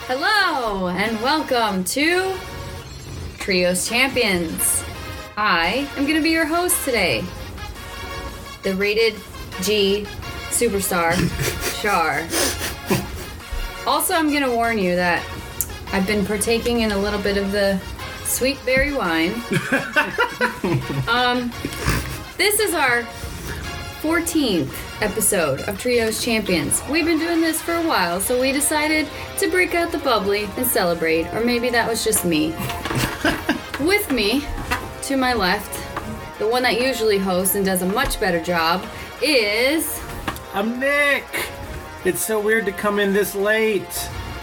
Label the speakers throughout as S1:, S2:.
S1: Hello and welcome to Trios Champions. I am going to be your host today, the rated G superstar, Char. Also, I'm going to warn you that I've been partaking in a little bit of the sweet berry wine. um, this is our 14th episode of Trios Champions. We've been doing this for a while, so we decided to break out the bubbly and celebrate, or maybe that was just me. With me, to my left, the one that usually hosts and does a much better job is.
S2: I'm Nick. It's so weird to come in this late.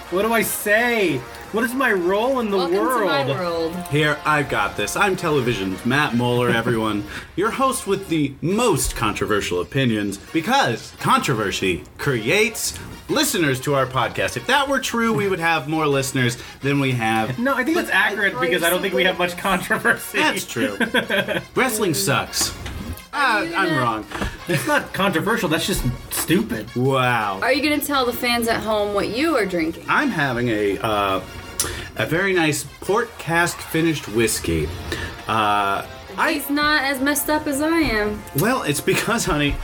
S2: What do I say? What is my role in the
S1: Welcome to
S2: world?
S1: my world.
S3: Here, I've got this. I'm television's Matt Moeller, everyone. Your host with the most controversial opinions because controversy creates listeners to our podcast. If that were true, we would have more listeners than we have.
S2: No, I think that's accurate
S1: Are you
S2: because I don't think we
S1: simply-
S2: have much controversy.
S3: That's true. Wrestling sucks. Ah,
S1: you
S3: I'm
S1: gonna-
S3: wrong.
S2: It's not controversial, that's just stupid.
S3: Wow.
S1: Are you going to tell the fans at home what you are drinking?
S3: I'm having a uh, a very nice port cask finished whiskey. Uh, I
S1: He's not as messed up as I am.
S3: Well, it's because, honey,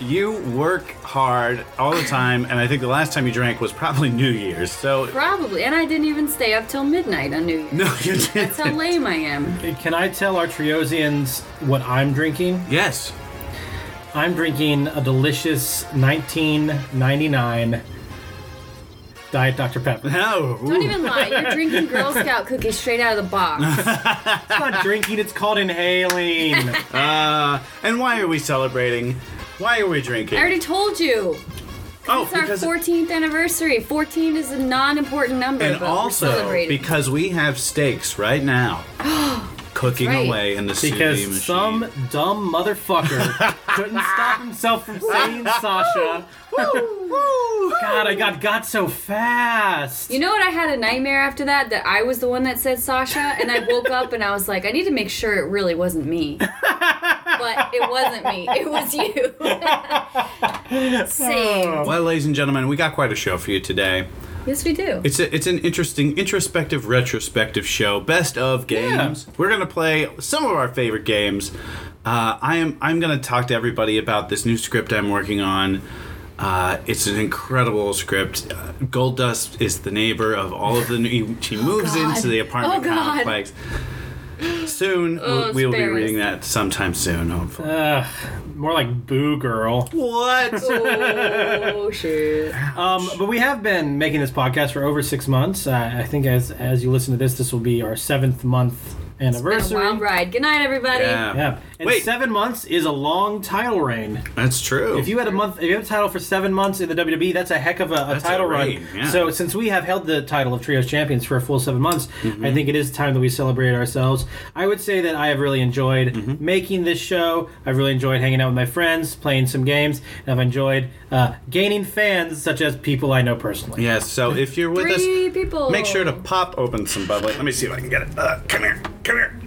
S3: you work hard all the time, and I think the last time you drank was probably New Year's. So,
S1: Probably. And I didn't even stay up till midnight on New Year's.
S3: no, you
S1: That's how
S3: didn't.
S1: lame I am.
S2: Can I tell our Triosians what I'm drinking?
S3: Yes.
S2: I'm drinking a delicious 1999 Diet Dr. Pepper.
S3: No.
S1: Don't even lie. You're drinking Girl Scout cookies straight out of the box.
S2: It's not drinking, it's called inhaling.
S3: Uh, and why are we celebrating? Why are we drinking?
S1: I already told you.
S3: oh,
S1: It's our
S3: because.
S1: 14th anniversary. 14 is a non-important number,
S3: and
S1: but we're
S3: also
S1: celebrating.
S3: because we have steaks right now, cooking
S1: That's right.
S3: away in the sous vide machine.
S2: Because some dumb motherfucker couldn't stop himself from saying Sasha. God, I got got so fast.
S1: you know what? I had a nightmare after that that I was the one that said Sasha, and I woke up and I was like, I need to make sure it really wasn't me. but it wasn't me. It was you. Same.
S3: well, ladies and gentlemen, we got quite a show for you today.
S1: Yes, we do.
S3: It's a, it's an interesting introspective retrospective show. Best of games. We're gonna play some of our favorite games. Uh, I am I'm gonna talk to everybody about this new script I'm working on. Uh, it's an incredible script. Uh, Gold Dust is the neighbor of all of the. New, she moves
S1: Oh, God.
S3: into the apartment
S1: Oh, God.
S3: complex. Soon
S1: Oh, Uh,
S3: we will be
S1: spare us.
S3: reading that sometime soon. Hopefully.
S2: Ugh, more like boo girl.
S3: what?
S1: oh, shit.
S2: Um, but we have been making this podcast for over six months. Uh, I think as as you listen to this, this will be our seventh month
S1: Been a
S2: anniversary.
S1: wild ride. Good night, everybody.
S3: Yeah.
S2: yeah, and
S3: Wait.
S2: seven months is a long title reign.
S3: That's true.
S2: If you had a month, if you had a title for seven months in the WWE, that's a heck of a, a
S3: That's
S2: title
S3: a reign,
S2: run.
S3: yeah.
S2: So since we have held the title of Trios Champions for a full seven months,
S3: Mm-hmm.
S2: I think it is time that we celebrate ourselves. I would say that I have really enjoyed
S3: Mm-hmm.
S2: making this show. I've really enjoyed hanging out with my friends, playing some games, and I've enjoyed uh, gaining fans such as people I know personally.
S3: Yes, so if you're with
S1: Three
S3: us,
S1: people.
S3: make sure to pop open some bubbly. Let me see if I can get it. Uh, come here, come here.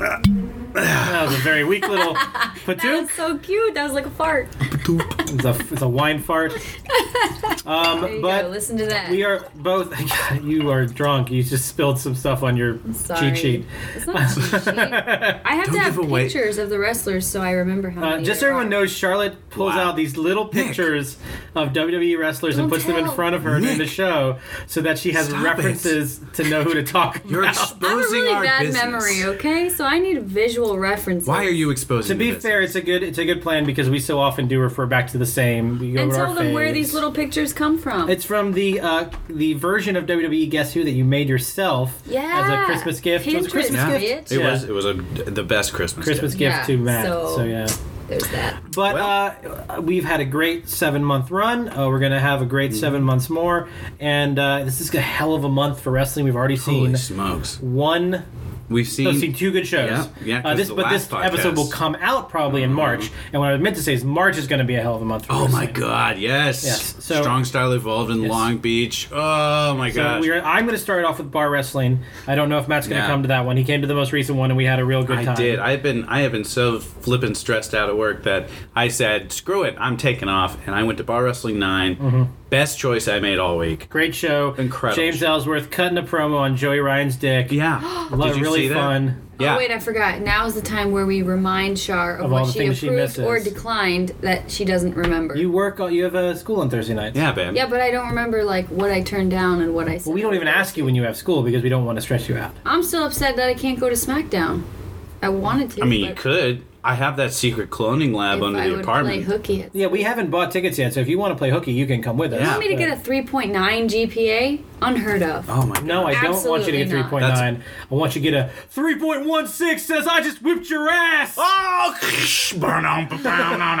S3: Uh,
S2: That was a very weak little patoot.
S1: That's so cute. That was like a fart.
S2: It's a, it's a wine fart.
S1: There you
S2: But
S1: go. Listen to that.
S2: We are both. you are drunk. You just spilled some stuff on your
S1: Sorry.
S2: cheat sheet.
S1: It's not a cheat sheet. I have to
S3: Don't
S1: have
S3: give away-
S1: pictures of the wrestlers so I remember how.
S2: Uh,
S1: many
S2: just so
S1: there
S2: everyone
S1: are.
S2: knows, Charlotte pulls
S3: Wow.
S2: out these little pictures of WWE wrestlers
S1: Don't
S2: and puts them in
S1: tell.
S2: front of her during the
S3: Nick.
S2: show so that she has
S3: Stop it.
S2: references to know who to talk
S3: You're
S2: about.
S1: I have a
S3: exposing
S1: really
S3: our
S1: bad
S3: business.
S1: memory. Okay, so I need visual references.
S3: Why are you exposing?
S2: to be
S3: the business?
S2: fair, it's a good it's a good plan because we so often do refer back to the same. We go
S1: And
S2: to
S1: tell
S2: our
S1: them where
S2: faves.
S1: these little pictures come from.
S2: It's from the uh, the version of WWE Guess Who that you made yourself as
S1: Yeah.
S2: a Christmas gift. It was a Christmas
S1: Pinterest,
S2: gift.
S1: bitch.
S3: It
S2: Yeah.
S3: was it was a, the best Christmas.
S2: Christmas
S3: gift.
S2: gift
S1: Yeah,
S2: to Matt.
S1: so-
S2: so yeah.
S1: There's that.
S2: But
S3: Well-
S2: uh, we've had a great seven month run. Uh, we're going to have a great
S3: Mm-hmm.
S2: seven months more. And uh, this is a hell of a month for wrestling. We've already
S3: Holy
S2: seen
S3: smokes!
S2: one
S3: We've seen.
S2: I've seen two good shows.
S3: Yeah, yeah,
S2: Uh,
S3: 'cause
S2: this,
S3: the
S2: but this
S3: last
S2: episode
S3: podcast- Uh-huh.
S2: will come out probably in March. And what I meant to say is March is going to be a hell of a month. For
S3: Oh my
S2: wrestling.
S3: God! Yes.
S2: Yes, so-
S3: Strong style evolved in Long Beach. Oh my
S2: So
S3: gosh.
S2: we're, I'm going to start off with bar wrestling. I don't know if Matt's going to
S3: Yeah.
S2: come to that one. He came to the most recent one, and we had a real good
S3: I
S2: time.
S3: did. I've been. I have been so flippin' stressed out at work that I said, "Screw it, I'm taking off," and I went to Bar Wrestling 9
S2: Mm-hmm.
S3: Best choice I made all week.
S2: Great show.
S3: Incredible.
S2: James Ellsworth cutting a promo on Joey Ryan's dick.
S3: Yeah.
S2: Lo-
S3: Did you
S2: really
S3: see that?
S2: fun.
S3: Yeah.
S1: Oh wait, I forgot. Now is the time where we remind Shar of,
S2: Of all
S1: what
S2: the
S1: she
S2: things she
S1: approved or
S2: misses.
S1: declined that she doesn't remember.
S2: You work. uh, You have a school on Thursday nights.
S3: yeah, babe.
S1: yeah, but I don't remember like what I turned down and what I said.
S2: Well, we don't even ask you when you have school because we don't want to stress you out.
S1: I'm still upset that I can't go to SmackDown. I wanted to.
S3: I mean, you
S1: but
S3: could. I have that secret cloning lab
S1: If
S3: under
S1: I
S3: the
S1: would
S3: apartment.
S1: play hooky. It's-
S2: Yeah, we haven't bought tickets yet, so if you want to play hooky, you can come with us.
S3: Yeah.
S1: Want me to get a 3.9 GPA? Unheard of.
S3: oh my.
S2: No, I don't want you to get
S1: Absolutely not.
S2: 3.9. I want you to get a 3.16 says I just whipped your ass. Oh,
S3: Oh, burn on, burn on,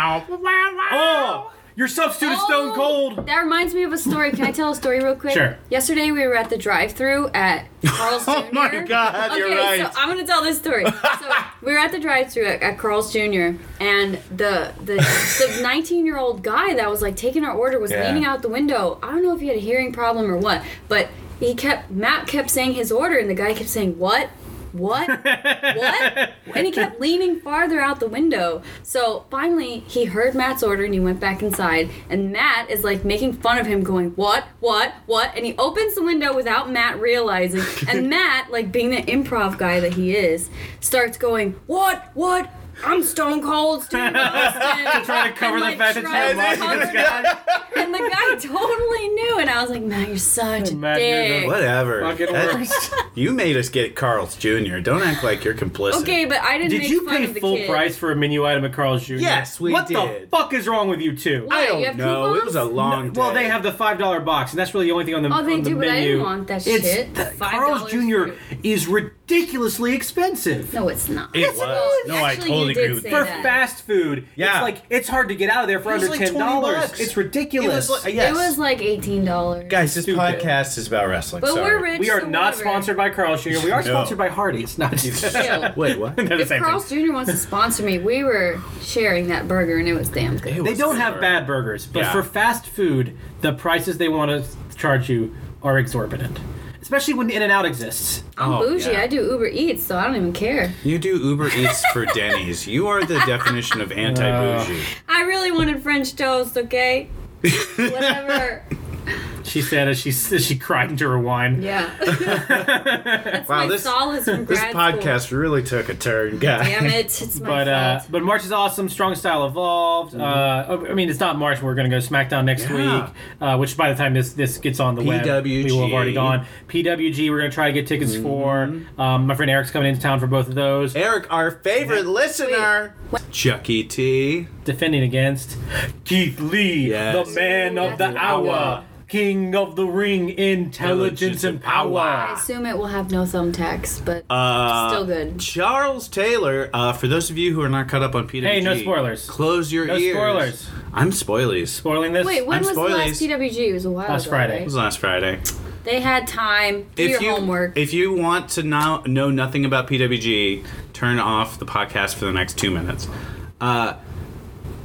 S3: Oh,
S2: your substitute is
S1: Oh,
S2: stone cold.
S1: That reminds me of a story. Can I tell a story real quick?
S2: Sure.
S1: Yesterday we were at the drive-through at Carl's Jr.
S3: Oh my God,
S1: Okay,
S3: you're
S1: so
S3: right.
S1: I'm gonna tell this story. So we were at the drive-through at, at Carl's Jr. and the the the 19-year-old guy that was like taking our order was
S3: Yeah.
S1: leaning out the window. I don't know if he had a hearing problem or what, but he kept Matt kept saying his order, and the guy kept saying what. What? What? and he kept leaning farther out the window. So finally, he heard Matt's order and he went back inside. And Matt is like making fun of him, going, What? What? What? And he opens the window without Matt realizing. And Matt, like being the improv guy that he is, starts going, What? What? I'm Stone Cold Steve Austin.
S2: Trying to
S1: And, Oh,
S2: cover the
S1: like,
S2: fact that
S1: tries
S2: you're
S1: to
S2: mocking this
S1: cover-
S2: guy.
S1: And the guy totally knew. And I was like, Matt, you're such a
S2: Matt, you're the-
S1: dick.
S3: Whatever.
S2: Fucking
S3: That-
S2: worst.
S3: You made us get Carl's Jr. Don't act like you're complicit.
S1: Okay, but I didn't
S2: Did
S1: make
S2: you
S1: fun
S2: pay
S1: of the
S2: full
S1: kid.
S2: price for a menu item at Carl's Jr.?
S3: Yes, we
S2: what
S3: did.
S2: the fuck is wrong with you two?
S1: Why?
S3: I
S1: You
S3: don't
S1: have
S3: know. It was a
S1: coupons?
S3: long day.
S2: Well, they have the five dollar box, and that's really the only thing on the
S1: Oh, they
S2: on the
S1: do, but I
S2: menu.
S1: didn't want that
S2: It's-
S1: shit.
S2: the-
S1: $5
S2: Carl's Jr. is ridiculously expensive.
S1: No, it's not.
S3: It was.
S1: is.
S3: No, I
S1: Actually,
S3: totally
S1: you did
S3: agree with
S1: say
S2: for
S1: that.
S2: fast food.
S3: Yeah.
S2: It's like it's hard to get out of there for
S3: It was
S2: under
S3: like
S2: ten
S3: 20
S2: dollars.
S3: bucks.
S2: It's
S3: It
S2: ridiculous.
S3: was like- yes.
S1: It was like eighteen dollars.
S3: Guys, this
S2: Stupid.
S3: podcast is about wrestling.
S1: but
S3: Sorry.
S1: we're rich.
S2: we are
S1: so
S2: not
S1: whatever.
S2: sponsored by Carl's Jr. We are
S3: No.
S2: sponsored by Hardee's. Not
S1: Chill.
S3: Wait, what?
S2: They're the
S1: If
S2: same thing.
S1: Carl's Jr. wants to sponsor me, we were sharing that burger and it was damn good.
S2: They don't have bad burgers, but
S3: Yeah.
S2: for fast food, the prices they want to charge you are exorbitant. Especially when In and Out exists.
S1: I'm
S3: Oh,
S1: bougie.
S3: yeah.
S1: I do Uber Eats, so I don't even care.
S3: You do Uber Eats for Denny's. You are the definition of anti bougie.
S1: I really wanted French toast. Okay. Whatever.
S2: She said as she as she cried into her wine.
S1: Yeah. That's
S3: Wow,
S1: my
S3: this-
S1: solace from
S3: This
S1: grad school.
S3: podcast really took a turn, guys.
S1: Damn it! It's my
S2: But uh,
S1: fault.
S2: but March is awesome. Strong Style evolved. Uh, I mean, it's not March. We're gonna go SmackDown next
S3: Mm-hmm. Yeah.
S2: week, uh, which by the time this this gets on the web, we will have already
S3: PWG.
S2: gone. PWG, we're gonna try to get tickets
S3: Mm-hmm.
S2: for. Um, my friend Eric's coming into town for both of those.
S3: Eric, our favorite listener, Chucky E. T.
S2: Defending against Keith Lee,
S3: Yes.
S2: the man
S1: Ooh,
S2: of the
S1: that's
S2: hour,
S1: good.
S2: king of the ring, intelligence and
S1: I
S2: power.
S1: assume it will have no thumbtacks, but
S3: Uh,
S1: still good.
S3: Charles Taylor, uh, for those of you who are not caught up on PWG,
S2: Hey, no spoilers.
S3: Close your
S2: No
S3: ears.
S2: spoilers.
S3: I'm spoilies. It
S2: Spoiling this.
S1: Wait, when
S3: I'm
S1: was the last
S3: spoilers.
S1: PWG? It was a while
S2: Last
S1: ago.
S2: Friday.
S1: right?
S3: was last Friday.
S1: They had time. Do your
S3: you,
S1: homework.
S3: If you want to now know nothing about PWG, turn off the podcast for the next two minutes. Uh,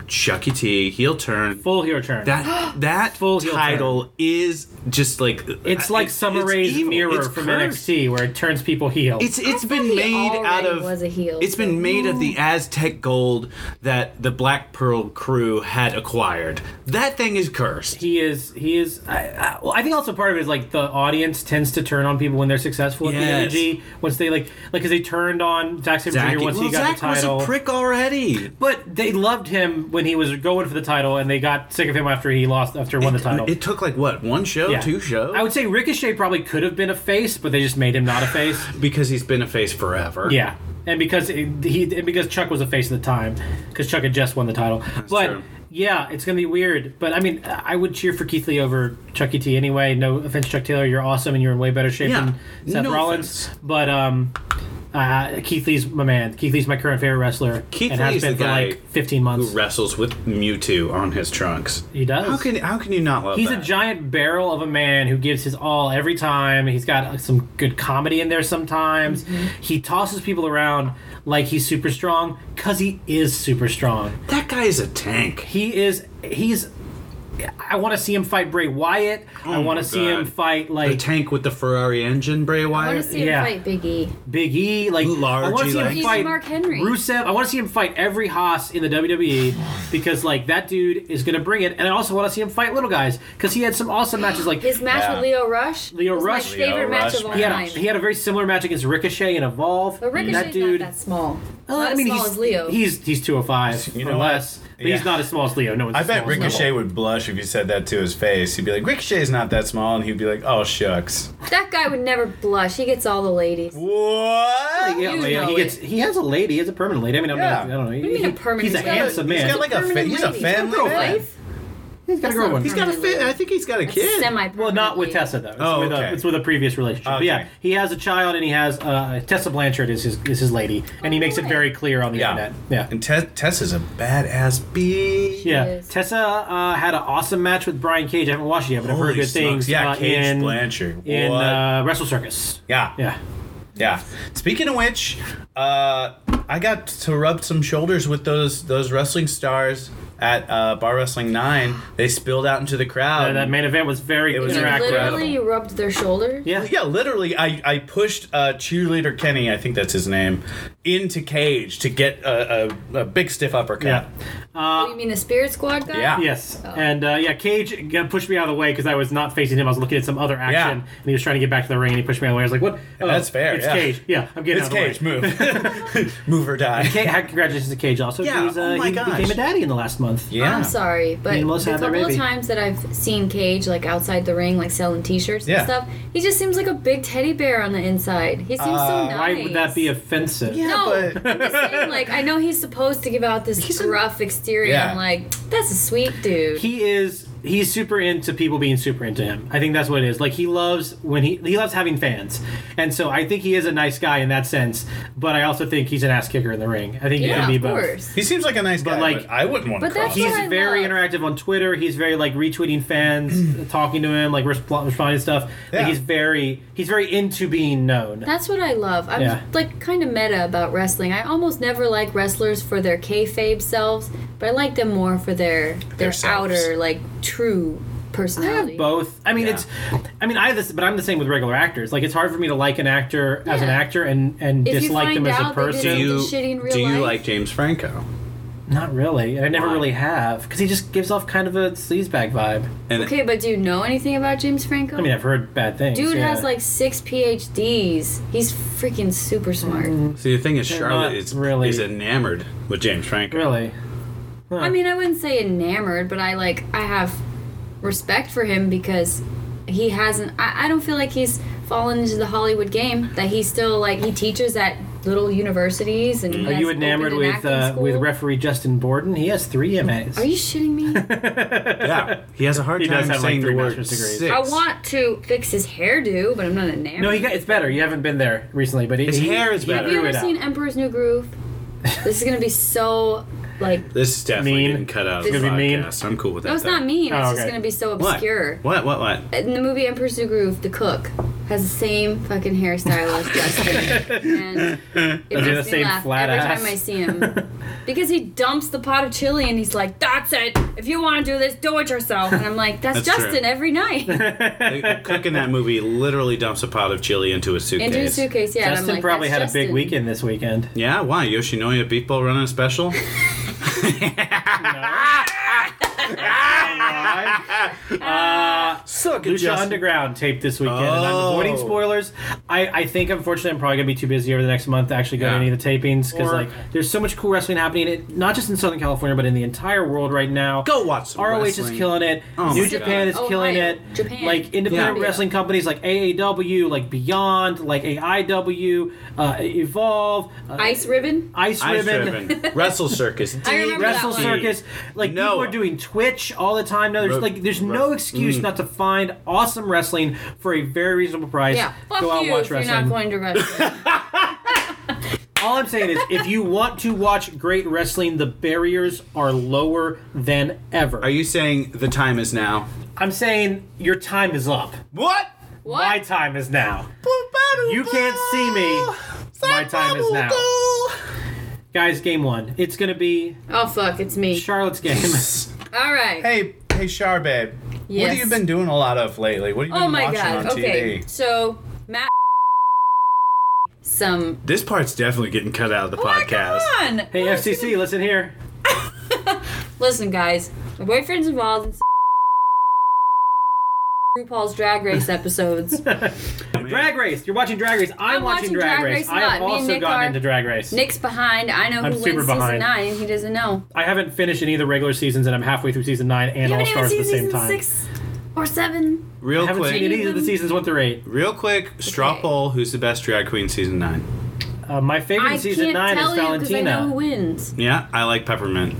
S3: Chucky T, heel turn.
S2: Full heel turn.
S3: That that
S2: Full heel
S3: title is just like
S2: it's like Summer Rae's
S3: evil.
S2: mirror
S3: uh, It's
S2: from
S3: cursed.
S2: NXT, where it turns people heel.
S3: It's it's
S1: thought
S3: been
S1: he
S3: made out
S1: already
S3: of
S1: was a heel,
S3: it's
S1: so-
S3: been made of the Aztec gold that the Black Pearl crew had acquired. That thing is cursed.
S2: he is he is I, I, well, I think also part of it is like the audience tends to turn on people when they're successful at
S3: Yes.
S2: PWG once they like like because they turned on Zack Sabre
S3: Zach,
S2: Jr. once
S3: well,
S2: he got
S3: Zach
S2: the title
S3: was a prick already.
S2: but they loved him when he was going for the title and they got sick of him after he lost after he won the title
S3: It took like what one show,
S2: Yeah.
S3: two shows.
S2: I would say Ricochet probably could have been a face but they just made him not a face
S3: because he's been a face forever.
S2: Yeah, and because it, he and because Chuck was the face at the time, because Chuck had just won the title. but
S3: true.
S2: yeah, it's gonna be weird. But I mean, I would cheer for Keith Lee over Chucky T anyway. No offense, Chuck Taylor, you're awesome and you're in way better shape
S3: Yeah,
S2: than Seth
S3: no
S2: Rollins.
S3: offense.
S2: But um, Uh, Keith Lee's my man. Keith Lee's my current favorite wrestler.
S3: Keith
S2: and has
S3: Lee's
S2: been
S3: the
S2: for
S3: guy
S2: like 15
S3: who
S2: months.
S3: wrestles with Mewtwo on his trunks.
S2: he does.
S3: How can how can you not love
S2: He's
S3: that?
S2: a giant barrel of a man who gives his all every time. He's got some good comedy in there sometimes.
S3: Mm-hmm.
S2: He tosses people around like he's super strong because he is super strong.
S3: That guy is a tank.
S2: He is. He's. I want to see him fight Bray Wyatt. I
S3: Oh
S2: want
S3: my
S2: to see him
S3: God.
S2: fight
S3: The
S2: like
S3: tank with the Ferrari engine, Bray
S1: I want
S3: Wyatt.
S1: to see him
S2: Yeah.
S1: fight Big E.
S2: Big E. Like
S3: Large
S2: I want to see
S3: legs.
S2: him
S1: He's
S2: fight
S1: Mark Henry.
S2: Rusev. I want to see him fight every Haas in the WWE because like that dude is gonna bring it. And I also want to see him fight little guys because he had some awesome matches. Like
S1: His match
S3: Yeah.
S1: with Leo Rush.
S2: Leo
S1: was
S2: Rush.
S1: My
S3: Leo
S1: favorite match
S3: Rush,
S1: of all
S2: He had, a,
S1: time.
S2: he had a very similar match against Ricochet and Evolve.
S1: but Ricochet's
S2: that dude,
S1: not that small.
S2: Uh,
S1: not
S2: I mean,
S1: as small
S2: he's
S1: as Leo.
S2: He's he's two hundred five
S4: You
S2: you
S4: know
S2: or
S4: what?
S2: less. But
S4: Yeah.
S2: he's not as small as Leo. No one's.
S4: I
S2: as
S4: bet
S2: small as
S4: Ricochet
S2: Leo.
S4: would blush if you said that to his face. He'd be like, Ricochet's not that small, and he'd be like, oh, shucks.
S1: that guy would never blush. He gets all the ladies.
S4: What?
S2: Yeah,
S1: You
S2: like,
S1: know
S2: he
S1: it.
S2: gets. He has a lady. He has a permanent lady. I mean, I'm
S4: Yeah.
S2: not, I don't know.
S1: do you
S2: He-
S1: mean a
S2: he-
S1: permanent
S2: He's a
S1: lady?
S2: handsome
S4: He's
S2: man.
S4: got like a fa-
S1: Permanent
S4: he's a
S1: lady.
S4: family
S1: He's got a
S4: man.
S1: wife?
S2: he's got a
S1: That's
S2: girl
S1: not
S2: one.
S3: He's got a fit. I think he's got a kid.
S1: Semi.
S2: Well, not with Tessa though. It's
S3: Oh,
S2: with
S3: okay.
S2: a, it's with a previous relationship. But
S4: Okay.
S2: yeah, he has a child and he has uh, Tessa Blanchard is his is his lady, and he makes it
S1: right.
S2: very clear on the
S4: Yeah.
S2: internet. Yeah.
S4: And Tess, Tess is a badass bee.
S2: Yeah,
S1: is.
S2: Tessa uh, had an awesome match with Brian Cage. I haven't watched it yet, but I've heard
S4: Holy
S2: good
S4: smokes.
S2: things.
S4: Yeah,
S2: uh,
S4: Cage
S2: in,
S4: Blanchard.
S2: in
S4: What?
S2: uh, Wrestle Circus.
S4: Yeah.
S2: Yeah,
S4: Yeah. Speaking of which, uh, I got to rub some shoulders with those those wrestling stars at uh, Bar Wrestling Nine. They spilled out into the crowd.
S2: Uh, that main event was very
S4: It was
S1: You
S2: interactive.
S1: literally you rubbed their shoulders.
S2: Yeah,
S4: yeah, literally, I, I pushed uh, cheerleader Kenny, I think that's his name, into cage to get a, a, a big stiff uppercut.
S2: yeah,
S1: Oh, you mean the Spirit Squad guy?
S4: Yeah.
S2: yes, and uh, yeah, Cage got- pushed me out of the way because I was not facing him. I was looking at some other action,
S4: Yeah.
S2: and he was trying to get back to the ring, and he pushed me out of the way. I was like, "What? Oh,
S4: that's fair,
S2: It's
S4: yeah.
S2: Cage. Yeah, I'm getting
S4: It's
S2: out of the way."
S4: cage, move, move or die.
S2: Ca- ha- congratulations to Cage. Also,
S4: Yeah,
S2: he's, uh,
S4: oh my
S2: he
S4: gosh.
S2: became a daddy in the last month.
S4: Yeah,
S1: I'm sorry, but
S2: Me
S1: the
S2: and Melissa
S1: couple
S2: had their
S1: of
S2: baby.
S1: times that I've seen Cage like outside the ring, like selling T-shirts
S4: Yeah.
S1: and stuff, he just seems like a big teddy bear on the inside. He seems so nice.
S2: Uh, Why would that be offensive?
S4: Yeah,
S1: No,
S4: but-
S1: I'm just saying, like I know he's supposed to give out this gruff exterior.
S4: Yeah.
S1: I'm like, that's a sweet dude.
S2: He is he's super into people being super into him. I think that's what it is. Like he loves when he he loves having fans. And so I think he is a nice guy in that sense, but I also think he's an ass kicker in the ring. I think he
S1: yeah,
S2: can be
S1: of
S2: both.
S1: course.
S4: he seems like a nice guy,
S2: like-
S4: but I wouldn't want to.
S1: But that's
S4: cross.
S1: what
S2: He's
S1: I
S2: very
S1: love.
S2: interactive on Twitter. He's very like retweeting fans, talking to him, like resp- responding to stuff.
S4: Yeah.
S2: Like he's very he's very into being known.
S1: That's what I love. I'm
S2: Yeah.
S1: like kind of meta about wrestling. I almost never like wrestlers for their kayfabe selves, but I like them more for their their
S4: Theirselves.
S1: outer like true personality.
S2: both. I mean,
S4: Yeah.
S2: it's. I mean, I have this, but I'm the same with regular actors. Like, it's hard for me to like an actor as an
S1: Yeah.
S2: actor and and
S1: If you
S2: dislike them
S1: find
S2: as a
S1: out they did
S2: person.
S1: it-
S3: do
S1: This shit in
S3: you,
S1: real
S3: do you
S1: life.
S3: like James Franco?
S2: Not really, and I never
S3: Why?
S2: really have because he just gives off kind of a sleazebag vibe.
S3: And
S1: Okay, but do you know anything about James Franco?
S2: I mean, I've heard bad things.
S1: Dude
S2: yeah.
S1: has like six PhDs. He's freaking super smart.
S3: see, the thing is, Charlotte
S2: not
S3: is
S2: really-
S3: is enamored with James Franco.
S2: really.
S1: I mean, I wouldn't say enamored, but I like I have respect for him because he hasn't. I, I don't feel like he's fallen into the Hollywood game. That he still like he teaches at little universities and.
S2: Are you enamored with uh, with referee Justin Borden? He has three MAs.
S1: Are you shitting me?
S3: Yeah, he has a hard
S2: He
S3: time
S2: does have, like,
S3: saying
S2: three
S3: the word
S2: master's degrees.
S3: six.
S1: I want to fix his hairdo, but I'm not enamored.
S2: no, he got, it's better. You haven't been there recently, but he,
S3: His
S2: he-
S3: hair is
S2: he
S3: better.
S1: Have
S2: grew
S1: you
S2: it
S1: ever
S2: out.
S1: seen Emperor's New Groove? this is gonna be so like.
S3: This is definitely
S2: Mean.
S3: getting cut out of the
S2: It's gonna be mean.
S3: podcast. I'm cool with that.
S1: No, it's
S3: though.
S1: not mean. It's
S2: Oh,
S1: just
S2: okay.
S1: gonna be so
S3: What?
S1: obscure.
S3: What? What? What?
S1: in the movie Emperor's New Groove, the cook has the same fucking hairstyle as Justin. and it
S2: he
S1: makes
S2: the
S1: me
S2: same
S1: laugh
S2: flat
S1: every
S2: ass?
S1: time I see him. Because he dumps the pot of chili and he's like, that's it. If you want to do this, do it yourself. And I'm like, that's,
S3: That's true.
S1: Justin every night.
S3: The- the cook in that movie literally dumps a pot of chili into a suitcase.
S1: Into his suitcase, yeah. and I'm
S2: Justin
S1: like,
S2: probably
S1: "That's
S2: had a big
S1: Justin."
S2: weekend this weekend.
S3: Yeah, why? Yoshinoya Beefball running a special? Suck
S2: Lucha Underground taped this weekend, and I'm
S3: Oh.
S2: avoiding spoilers. I, I think unfortunately I'm probably gonna be too busy over the next month to actually go
S3: Yeah.
S2: to any of the tapings because
S3: Or-
S2: like there's so much cool wrestling happening, it, not just in Southern California but in the entire world right now.
S3: Go watch some
S2: ROH
S3: wrestling.
S2: is killing it.
S3: Oh my
S2: New
S3: God.
S2: Japan is
S1: Ohio,
S2: killing it.
S1: Japan,
S2: Like independent
S1: Colombia.
S2: wrestling companies like AAW, like Beyond, like AIW, uh, Evolve, uh,
S1: Ice ribbon?
S2: Ice,
S3: Ice
S2: Ribbon.
S3: ribbon. Wrestle Circus.
S1: I remember that
S2: Wrestle
S1: one.
S2: Circus, like
S3: No.
S2: people are doing Twitch all the time. No, there's
S3: Ro-
S2: like there's
S3: ro-
S2: no excuse
S3: mm.
S2: not to find awesome wrestling for a very reasonable price.
S1: Yeah. Fuck
S2: Go out
S1: you
S2: watch
S1: if
S2: wrestling.
S1: you're not going to wrestle.
S2: All I'm saying is, if you want to watch great wrestling, the barriers are lower than ever.
S3: Are you saying the time is now?
S2: I'm saying your time is up.
S3: What?
S1: What?
S2: My time is now. You can't see me. My time is now. Guys, game one. It's going to be
S1: Oh fuck, it's me.
S2: Charlotte's game.
S1: All right.
S4: Hey, hey, Char, babe. What
S1: Yes.
S4: have you been doing a lot of lately? What have you been
S1: Oh my
S4: watching
S1: god.
S4: on
S1: Okay.
S4: TV?
S1: So Matt, some.
S3: This part's definitely getting cut out of the
S1: What?
S3: podcast.
S1: Come on.
S2: hey, FCC, listen here.
S1: Listen, guys, my boyfriend's involved in RuPaul's Drag Race episodes.
S2: Drag Race. You're watching Drag Race. I'm,
S1: I'm
S2: watching Drag, Race.
S1: a
S2: I have
S1: lot. Me and
S2: also
S1: Nick
S2: gotten
S1: are-
S2: into Drag Race.
S1: Nick's behind. I know who
S2: I'm
S1: wins
S2: super
S1: season
S2: behind.
S1: nine, and he doesn't know.
S2: I haven't finished any of the regular seasons, and I'm halfway through season nine and
S1: you
S2: All
S1: haven't even
S2: Stars at
S1: seen
S2: the same
S1: season
S2: time.
S1: six or seven.
S3: Real
S2: I haven't
S3: quick,
S2: seen any of the seasons one through eight.
S3: real quick, straw
S1: Okay.
S3: poll. Who's the best drag queen season nine?
S2: Uh, my favorite
S1: I
S2: season
S1: can't
S2: nine is
S1: tell you because I know who
S2: Valentina.
S1: wins.
S3: Yeah, I like peppermint.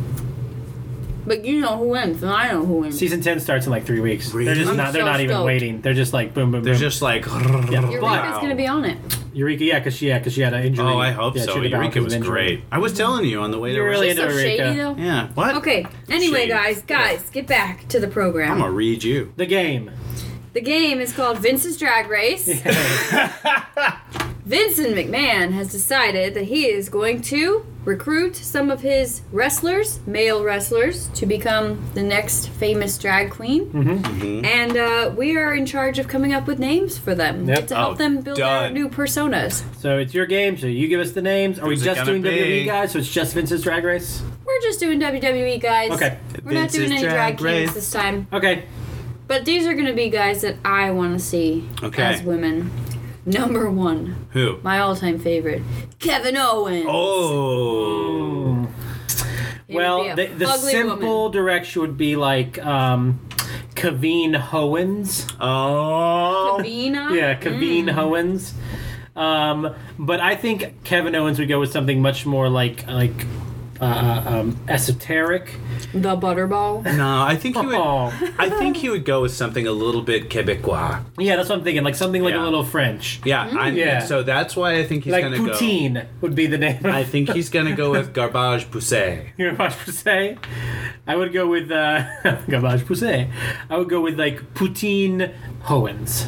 S1: But you know who wins, and I know who wins.
S2: Season ten starts in like three weeks. They're
S3: Really?
S2: just
S3: I'm
S2: not. They're
S1: so
S2: not even
S1: stoked.
S2: waiting. They're just like boom, boom,
S3: They're
S2: boom.
S3: just like.
S1: Eureka's
S2: Wow.
S1: gonna be on it.
S2: Eureka, yeah, because she, yeah, 'cause she had an injury.
S3: Oh, I hope
S2: Yeah, she
S3: so.
S2: had a bout
S3: Eureka
S2: with
S3: was
S2: an injury.
S3: great. I was telling you on the way to
S2: You're really
S1: She's so
S2: into
S1: shady
S2: Eureka.
S1: though.
S3: Yeah. What?
S1: Okay. Anyway,
S3: Shady.
S1: guys, guys, get back to the program.
S3: I'm gonna read you.
S2: The game.
S1: The game is called Vince's Drag Race. Vincent McMahon has decided that he is going to recruit some of his wrestlers, male wrestlers, to become the next famous drag queen.
S3: Mm-hmm.
S2: Mm-hmm.
S1: And uh, we are in charge of coming up with names for them
S2: Yep.
S1: to help
S3: Oh,
S1: them build their
S3: done.
S1: new personas.
S2: So it's your game. So you give us the names. Are we
S3: Who's it
S2: just
S3: gonna
S2: doing
S3: be?
S2: WWE guys? So it's just Vince's Drag Race.
S1: We're just doing WWE guys.
S2: Okay.
S1: We're not
S3: Vince's
S1: doing any drag,
S3: Drag
S1: kings
S3: Race.
S1: this time.
S2: Okay.
S1: But these are going to be guys that I want to see
S3: Okay.
S1: as women. Number one.
S3: Who?
S1: My all-time favorite, Kevin Owens.
S3: Oh.
S1: He would be
S2: Well,
S1: a
S2: the, the
S1: ugly
S2: simple
S1: woman.
S2: direction would be like um, Kaveen Howens.
S3: Oh.
S1: Vina.
S2: Yeah, Kaveen Owens. Um, but I think Kevin Owens would go with something much more like like uh, um, esoteric.
S1: the butterball.
S3: No, I think he would.
S2: Oh,
S3: I think he would go with something a little bit Quebecois.
S2: yeah, that's what I'm thinking. Like something like a
S3: Yeah.
S2: little French.
S3: Yeah, I,
S2: Mm. Yeah.
S3: So that's why I think he's
S2: like
S3: gonna go.
S2: poutine would be the name.
S3: I think he's gonna go with garbage pousse.
S2: you know, garbage pousse. I would go with uh, garbage pousse. I would go with like poutine Howens.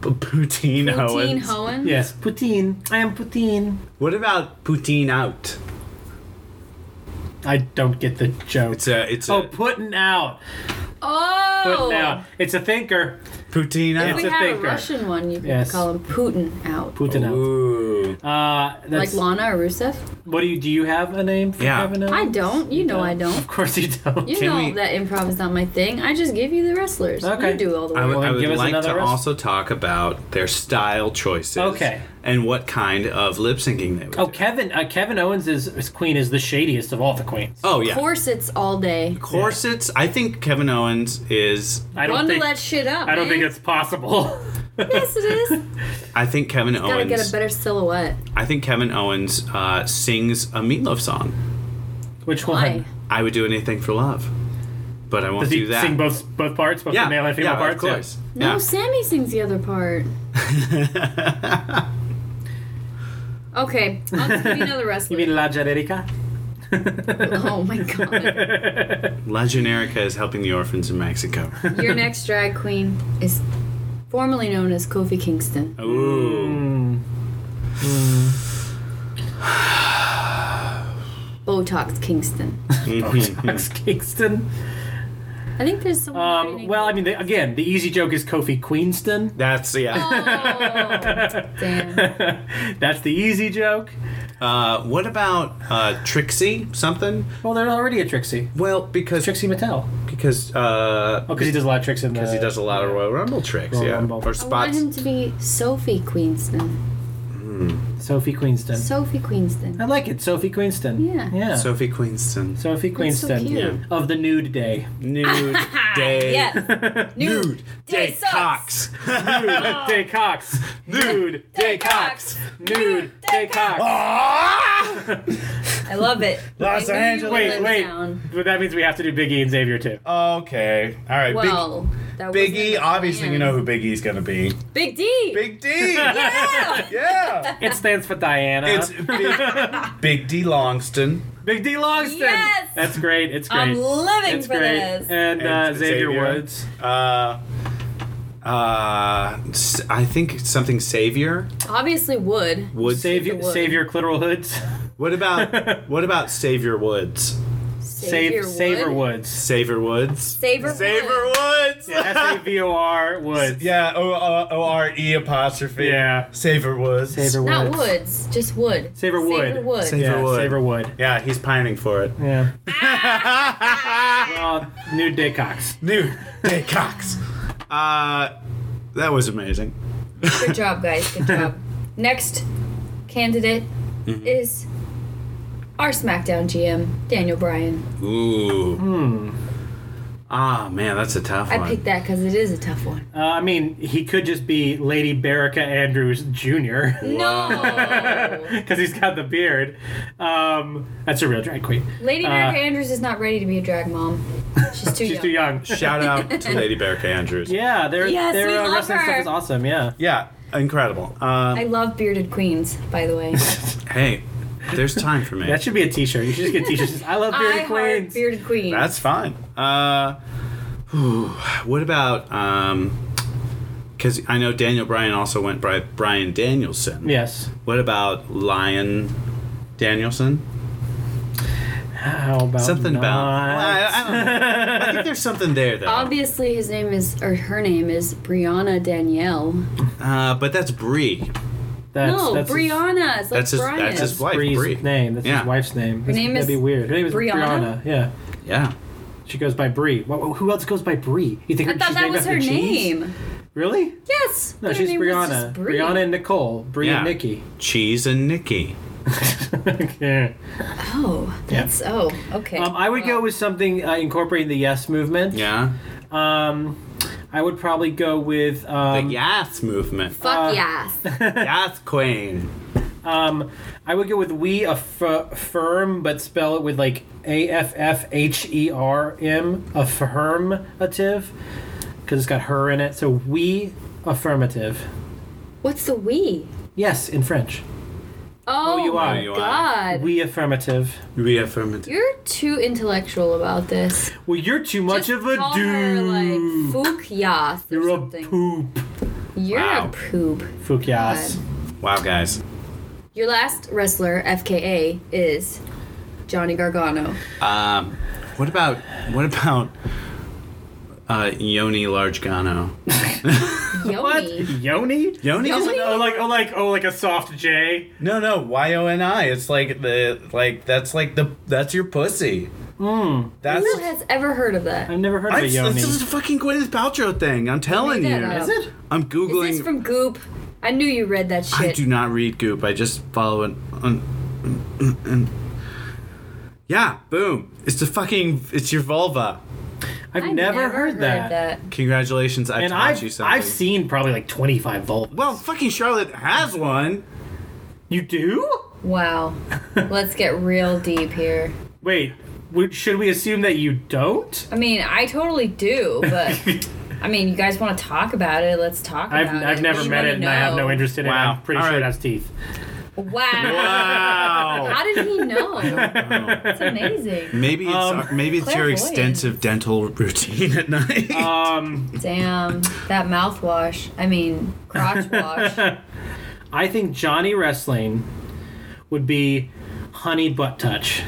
S3: Poutine,
S1: Teen
S3: Owens.
S1: Hohen.
S2: Yes, poutine. I am poutine.
S3: What about poutine out?
S2: I don't get the joke.
S3: It's a it's a
S2: oh, putting out.
S1: Oh.
S2: Putting out. It's a thinker.
S3: poutine
S1: If
S3: out.
S1: we
S2: It's a
S1: had
S2: thinker.
S1: a Russian one, you could
S2: Yes.
S1: call him Putin out.
S2: Putting
S3: Oh.
S2: out.
S3: Ooh.
S2: Uh,
S1: Like
S2: that's,
S1: Lana or Rusev?
S2: What do you do? You have a name for
S3: Yeah.
S2: Kevin Owens?
S1: I don't. You know I don't.
S2: Of course you don't.
S1: You
S3: Can
S1: know
S3: we-
S1: that improv is not my thing. I just give you the wrestlers.
S2: Okay.
S1: You do all the
S3: I
S1: work.
S3: would,
S2: Well,
S3: I
S2: then
S3: would
S2: give us
S3: like
S2: another
S3: to
S2: rest-
S3: also talk about their style choices.
S2: Okay.
S3: And what kind of lip syncing they would
S2: Oh,
S3: do.
S2: Kevin. Uh, Kevin Owens is, is queen is the shadiest of all the queens.
S3: Oh, yeah.
S1: Corsets all day.
S3: Corsets. I think Kevin Owens is.
S2: I don't
S1: Bundle
S2: think.
S1: that shit up.
S2: I don't
S1: man.
S2: think it's possible.
S1: Yes, it is.
S3: I think Kevin
S1: Gotta
S3: Owens.
S1: get a better silhouette.
S3: I think Kevin Owens uh, sings a Meatloaf song.
S2: Which
S1: Why?
S2: one?
S3: I would do anything for love, but I won't
S2: Does he
S3: do that.
S2: sing both both parts, both
S3: yeah,
S2: the male and female
S3: yeah,
S2: parts?
S3: of course.
S1: No,
S3: Yeah.
S1: Sammy sings the other part. okay, I'll just give you another wrestler.
S2: You mean La Generica?
S3: Hmm.
S1: oh my god.
S3: La Generica is helping the orphans in Mexico.
S1: Your next drag queen is formerly known as Kofi Kingston.
S3: Ooh.
S1: Botox Kingston.
S2: Botox Kingston.
S1: I think there's someone.
S2: Um, well, I mean, the, again, the easy joke is Kofi Queenston.
S3: That's yeah.
S1: Oh, damn.
S2: That's the easy joke.
S1: Oh.
S3: Uh, what about uh, Trixie? Something?
S2: Well, they're already a Trixie.
S3: Well, because
S2: Trixie Mattel.
S3: because uh,
S2: Oh, because he does a lot of tricks in the.
S3: because he does a lot of Royal Rumble tricks,
S2: Royal
S3: yeah,
S2: Rumble.
S3: or
S1: I want
S3: spots.
S1: him to be Sophie Queenston.
S2: Sophie Queenston.
S1: Sophie Queenston.
S2: I like it, Sophie Queenston.
S1: Yeah.
S2: Yeah.
S3: Sophie Queenston.
S2: Sophie
S1: That's so
S2: Queenston
S1: cute.
S3: Yeah.
S2: of the Nude Day.
S3: Nude day.
S1: Ah, Yes.
S3: Nude day
S1: sucks.
S3: Cox.
S2: Nude Day Cox. Nude Day Cox. Nude Day Cox.
S3: Ah!
S1: I love it.
S4: Los
S1: I knew you
S4: Angeles.
S1: would
S2: Wait,
S1: live
S2: wait.
S1: down.
S2: But that means we have to do Biggie and Xavier too.
S4: Okay. All right.
S1: Well, that
S4: Big,
S1: wasn't
S4: Big E.
S1: the
S4: Obviously,
S1: plan.
S4: you know who Big E's gonna be.
S1: Big D.
S4: Big D. yeah.
S1: Yeah.
S2: It stands for Diana.
S4: It's Big, Big D Longston.
S2: Big D Longston.
S1: Yes!
S2: That's great. It's great.
S1: I'm living
S2: it's
S1: for
S2: great.
S1: this.
S2: And, uh,
S4: And
S2: Xavier,
S4: Xavier.
S2: Woods.
S4: Uh,
S3: Uh, s- I think it's something savior.
S1: Obviously, would.
S3: Woods.
S2: Save,
S1: the wood.
S2: save your clitoral hoods.
S3: What about what about Savior Woods?
S2: Save, Saver Woods.
S3: Savior Woods.
S1: Saver.
S4: Saver
S1: Wood.
S4: Woods.
S2: S A V O R Woods.
S4: Yeah. O O R E apostrophe.
S2: Yeah.
S4: Saver Woods.
S2: Saver Woods.
S1: Not woods, just wood.
S2: Saver wood.
S1: wood.
S3: Saver-
S2: Yeah,
S3: Wood.
S2: Saver Wood.
S4: Yeah. He's pining for it.
S2: Yeah. well, new dick cocks.
S4: New Day Cox.
S3: Uh, that was amazing.
S1: Good job, guys. Good job. Next candidate
S2: Mm-hmm.
S1: is our SmackDown GM, Daniel Bryan.
S3: Ooh.
S4: Hmm.
S3: Ah man, that's a tough
S1: I
S3: one.
S1: picked that because it is a tough one.
S2: Uh, I mean, he could just be Lady Berica Andrews Jr.
S1: No,
S2: because he's got the beard. Um, that's a real drag queen.
S1: Lady America Andrews is not ready to be a drag mom. She's too
S2: Uh. She's
S1: young.
S2: too young.
S3: Shout out to Lady Berica Andrews.
S2: Yeah, their
S1: Yes, we
S2: their uh,
S1: love
S2: wrestling
S1: her.
S2: stuff is awesome. Yeah.
S4: Yeah. Um,
S3: Incredible. Uh,
S1: I love bearded queens, by the way.
S3: hey, there's time for me.
S2: That should be a T-shirt. You should just get T-shirts. I love
S1: I
S2: bearded
S1: heart
S2: queens.
S1: bearded queens.
S4: That's fine.
S3: Uh, whew, what about um? Because I know Daniel Bryan also went by Brian Danielson.
S2: Yes.
S3: What about Lion Danielson?
S2: How about
S3: Something about.
S2: not?
S3: I, I don't know. I think there's something there though.
S1: Obviously, his name is, or her name is Brianna Danielle.
S3: Uh, but that's Brie.
S2: That's,
S1: no,
S2: that's his-
S1: Brianna. It's like
S3: That's his-
S1: Brian.
S3: that's his wife.
S2: Bree's
S3: Bree.
S2: name. That's
S3: Yeah.
S2: his wife's name. That's-
S1: name
S2: That'd
S1: is
S2: be weird. Her name is
S1: Brianna?
S2: Brianna. Yeah.
S3: Yeah.
S2: She goes by Bree. Wha- wha- Who else goes by Bree? You think
S1: I
S2: her-
S1: thought
S2: she's
S1: that
S2: named
S1: was
S2: after
S1: her
S2: cheese?
S1: name.
S2: Really?
S1: Yes.
S2: No,
S1: her
S2: she's
S1: name was just
S2: Brianna.
S1: Bree.
S2: Brianna and Nicole. Bree
S3: Yeah.
S2: and Nikki.
S3: Cheese and Nikki.
S2: yeah.
S1: Oh, that's oh, okay.
S2: Um, I would go with something uh, incorporating the yes movement.
S3: Yeah.
S2: Um, I would probably go with
S3: The
S2: um,
S3: Yath movement.
S2: uh,
S1: Fuck yes.
S3: Yath Queen.
S2: Um, I would go with we a f- firm, but spell it with like a f f h e r m affirmative, because it's got her in it. So we affirmative.
S1: What's the we?
S2: Yes, in French.
S1: Oh,
S2: you
S1: my
S2: are,
S3: you are.
S1: god.
S2: We affirmative.
S3: Reaffirmative.
S1: You're too intellectual about this.
S2: Well, you're too much
S1: Just
S2: of a
S1: call her,
S2: dude.
S1: like Fook Yas or
S2: you're
S1: something.
S2: a poop.
S1: You're
S3: Wow.
S1: a poop.
S2: Fuck yes.
S3: Wow, guys.
S1: Your last wrestler, FKA, is Johnny Gargano.
S3: Um, what about what about uh, Yoni Largano?
S2: What?
S1: Yoni.
S2: Yoni?
S3: Yoni is
S1: Yoni?
S3: another.
S2: Oh, like oh, like oh, like a soft J.
S4: No, no, Y O N I. It's like the like that's like the that's your pussy. Mm. That's
S1: Hmm. Who has ever heard of that?
S2: I've never heard of a
S3: That's-
S2: yoni.
S3: This is a fucking Gwyneth Paltrow thing. I'm telling
S1: made
S3: you.
S1: that up. Is
S2: it?
S3: I'm
S1: Is
S3: googling.
S1: this from Goop? I knew you read that shit.
S3: I do not read Goop. I just follow it on. yeah, boom. It's the fucking. It's your vulva.
S2: I've
S1: I
S2: never, heard, that.
S3: Congratulations, I
S2: And
S3: taught
S2: I've
S3: you something.
S2: I've seen probably like twenty five volts.
S3: Well, fucking Charlotte has one.
S2: You do?
S1: Wow. Let's get real deep here.
S2: Wait, would, should we assume that you don't?
S1: I mean, I totally do, but I mean, you guys want to talk about it? Let's talk
S2: I've,
S1: about it.
S2: I've never
S1: You
S2: met
S1: wanna
S2: it and I have no
S1: know.
S2: interest in it.
S3: Wow.
S2: I'm pretty
S3: All
S2: sure it
S3: right.
S2: has teeth.
S1: Wow.
S3: Wow.
S1: How did he know? It's amazing.
S3: Maybe it's
S2: Um,
S3: uh, maybe it's your
S1: clairvoyance.
S3: extensive dental routine at night.
S2: Um,
S1: Damn. That mouthwash. I mean, crotch wash.
S2: I think Johnny Wrestling would be Honey Butt Touch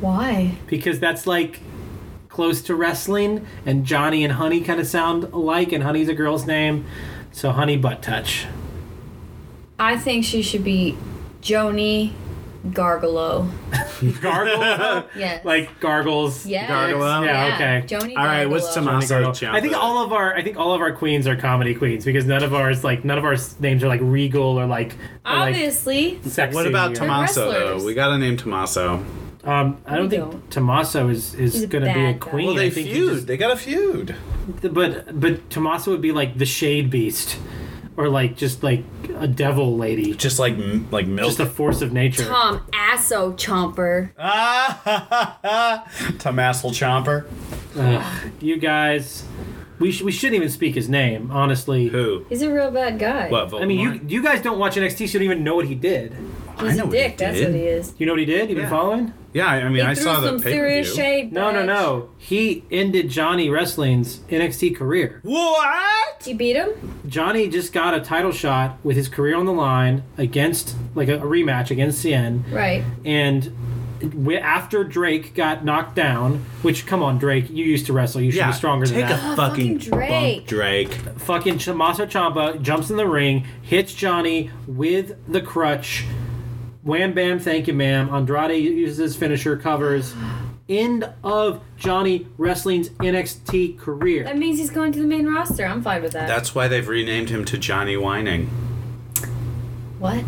S1: Why?
S2: because that's like close to wrestling and Johnny and Honey kind of sound alike and Honey's a girl's name. So Honey Butt Touch.
S1: I think she should be Joni Gargolo.
S2: Gargle
S1: Yes.
S2: like gargles.
S1: yes.
S3: Gargolo?
S2: Yeah, okay.
S1: Joni
S3: All right, what's
S1: Gargolo.
S3: some- I'll start with Ciampa.
S2: I think all of our I think all of our queens are comedy queens because none of ours like none of our s- names are like regal or like or, like,
S1: Obviously.
S2: sexy.
S3: what about
S2: or-
S3: Tommaso
S1: wrestlers.
S3: though? We gotta name Tommaso.
S2: Um, I don't
S1: We
S2: think
S1: don't.
S2: Tommaso is
S1: He's
S2: is
S1: a
S2: going to be a
S1: bad guy.
S2: queen.
S4: well, they
S2: I think he
S4: feud. They got a feud.
S2: just- but but Tommaso would be like the shade beast, or like just like a devil lady,
S4: Just like m- like milk.
S2: just a force of nature.
S1: Tom Asso Chomper.
S4: ah, ha, ha, ha. Tomassel Chomper.
S2: Ugh, you guys, we sh- we shouldn't even speak his name, honestly.
S3: Who?
S1: He's a real bad guy.
S3: What?
S2: I mean, you you guys don't watch NXT, so you don't even know what he did.
S1: He's
S3: know
S1: a
S3: what he
S1: dick. That's
S3: did.
S1: what he is.
S2: You know what he did? You've
S3: Yeah.
S2: been following?
S3: Yeah, I I mean,
S1: He
S3: I
S1: threw
S3: saw the
S1: some serious
S3: pay-per-view.
S1: shade.
S2: No, no,
S1: bitch.
S2: no. He ended Johnny Wrestling's NXT career.
S3: What?
S1: You beat him?
S2: Johnny just got a title shot with his career on the line against like a, a rematch against CN.
S1: Right.
S2: and wi- after Drake got knocked down, which come on Drake, you used to wrestle, you should
S3: Yeah,
S2: be stronger than
S3: take
S2: that.
S3: a
S1: Oh,
S3: fucking
S1: fucking
S3: bump,
S1: Drake.
S3: Drake.
S2: Fucking Tommaso Ciampa jumps in the ring, hits Johnny with the crutch. Wham bam, thank you, ma'am. Andrade uses his finisher, covers. End of Johnny Wrestling's NXT career.
S1: That means he's going to the main roster. I'm fine with that.
S3: That's why they've renamed him to Johnny Whining.
S1: what?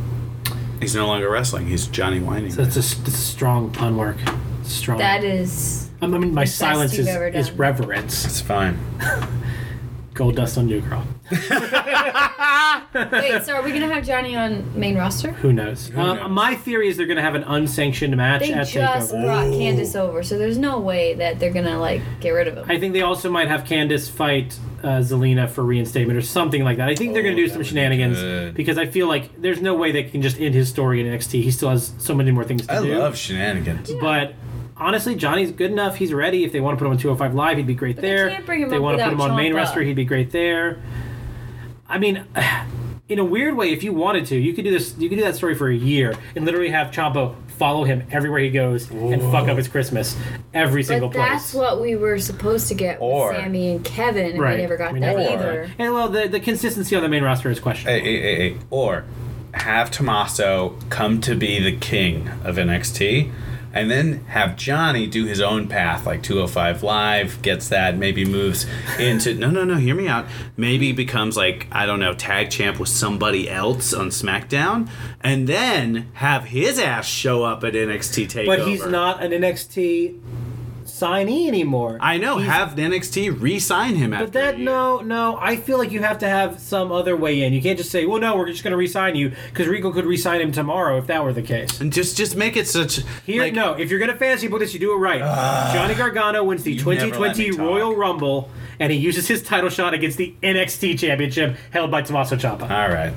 S3: He's no longer wrestling. He's Johnny Whining.
S2: That's a, s- that's a strong pun work. Strong.
S1: That is.
S2: I mean, my
S1: best
S2: silence
S1: you've
S2: is,
S1: ever
S2: is
S1: done.
S2: reverence.
S4: It's fine.
S2: Gold dust on New Girl.
S1: Wait, so are we going to have Johnny on main roster?
S2: Who knows? um,
S3: knows?
S2: My theory is they're going to have an unsanctioned match
S1: They
S2: at
S1: just
S2: Takeover.
S1: brought Candace over, so there's no way that they're going to, like, get rid of him.
S2: I think they also might have Candice fight uh, Zelina for reinstatement or something like that. I think they're
S4: Oh,
S2: going to do some shenanigans
S4: good.
S2: because I feel like there's no way they can just end his story in NXT. He still has so many more things to
S4: I
S2: do.
S4: love shenanigans.
S2: But honestly, Johnny's good enough. He's ready. If they want to put him on 205 Live, he'd be great
S1: they
S2: there.
S1: can't bring him
S2: they
S1: up
S2: want to put him
S1: without
S2: on main
S1: Ciampa.
S2: roster, he'd be great there. I mean, in a weird way, if you wanted to, you could do this. You could do that story for a year and literally have Champo follow him everywhere he goes and fuck up his Christmas every single
S1: but that's
S2: place.
S1: what we were supposed to get
S4: Or-
S1: with Sammy and Kevin, and
S2: Right.
S1: we never got
S2: We
S1: that
S2: never
S4: got
S1: either.
S2: and well, the, the consistency on the main roster is questionable.
S4: Hey, hey, hey, hey. Or have Tommaso come to be the king of NXT and then have Johnny do his own path, like 205 Live, gets that, maybe moves into.
S3: Into no, no, no. Hear me out. Maybe becomes like I don't know, tag champ with somebody else on SmackDown, and then have his ass show up at NXT Takeover.
S2: But he's not an NXT signee anymore.
S3: I know. Have NXT re-sign him after.
S2: But that
S3: a year.
S2: no, no. I feel like you have to have some other way in. You can't just say, "Well, no, we're just going to resign you," because Rico could resign him tomorrow if that were the case.
S3: And just just make it such.
S2: Here,
S3: like,
S2: no. If you're going to fantasy book this, you do it right. Johnny Gargano wins the
S4: You never let me
S2: 2020
S4: talk.
S2: Royal Rumble, and he uses his title shot against the NXT Championship held by Tommaso Ciampa.
S4: All right.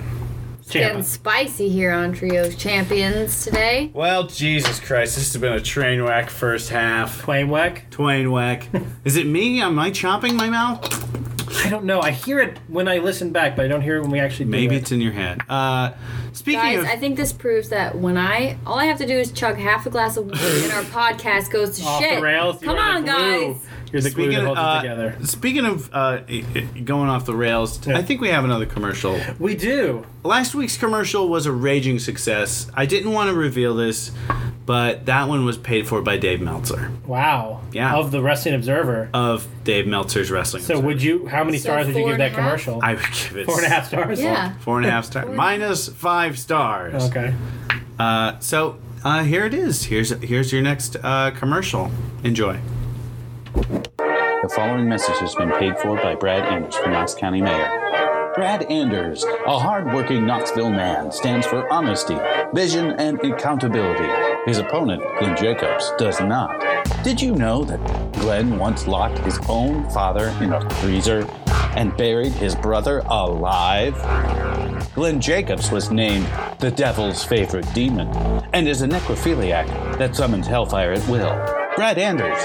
S1: Getting
S2: Ciampa.
S1: spicy here on Trios Champions today.
S4: Well, Jesus Christ, this has been a train wreck first half.
S2: Twain Weck.
S3: Twain whack. Is it me? Am I chomping my mouth?
S2: I don't know. I hear it when I listen back, but I don't hear it when we actually do
S3: Maybe
S2: it.
S3: it's in your head. Uh, speaking
S1: Guys,
S3: of.
S1: I think this proves that when I all I have to do is chug half a glass of wine and our podcast goes to
S2: off
S1: shit.
S2: the rails. You
S1: Come
S2: are the
S1: on,
S2: glue.
S1: guys.
S2: You're the glue that holds
S3: uh,
S2: it together.
S3: speaking of uh, i- i- going off the rails, I think we have another commercial.
S2: We do.
S3: Last week's commercial was a raging success. I didn't want to reveal this, but that one was paid for by Dave Meltzer
S2: Wow.
S3: Yeah.
S2: Of the Wrestling Observer.
S3: of Dave Meltzer's Wrestling.
S2: So would you? How many
S1: So
S2: stars would you
S1: four
S2: give
S1: and a
S2: that
S1: half?
S2: commercial?
S3: I would give it
S2: Four and a half stars.
S1: Yeah.
S3: Four and a half stars. Minus five stars.
S2: Okay.
S3: Uh, so uh, here it is. Here's here's your next uh, commercial. Enjoy.
S5: The following message has been paid for by Brad Anders for Knox County Mayor. Brad Anders, a hard-working Knoxville man, stands for honesty, vision, and accountability. His opponent, Glenn Jacobs, does not. Did you know that Glenn once locked his own father in a freezer and buried his brother alive? Glenn Jacobs was named the devil's favorite demon and is a necrophiliac that summons hellfire at will. Brad Anders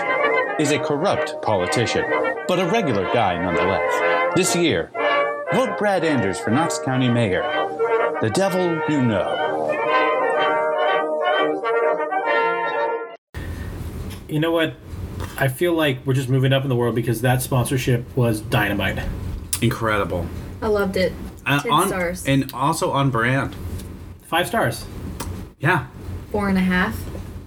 S5: is a corrupt politician, but a regular guy nonetheless. This year, vote Brad Anders for Knox County Mayor. The devil you know.
S2: You know what? I feel like we're just moving up in the world because that sponsorship was dynamite.
S3: Incredible.
S1: I loved it.
S3: Uh,
S1: Ten
S3: on,
S1: stars.
S3: And also on brand.
S2: Five stars.
S3: Yeah.
S1: Four and a half.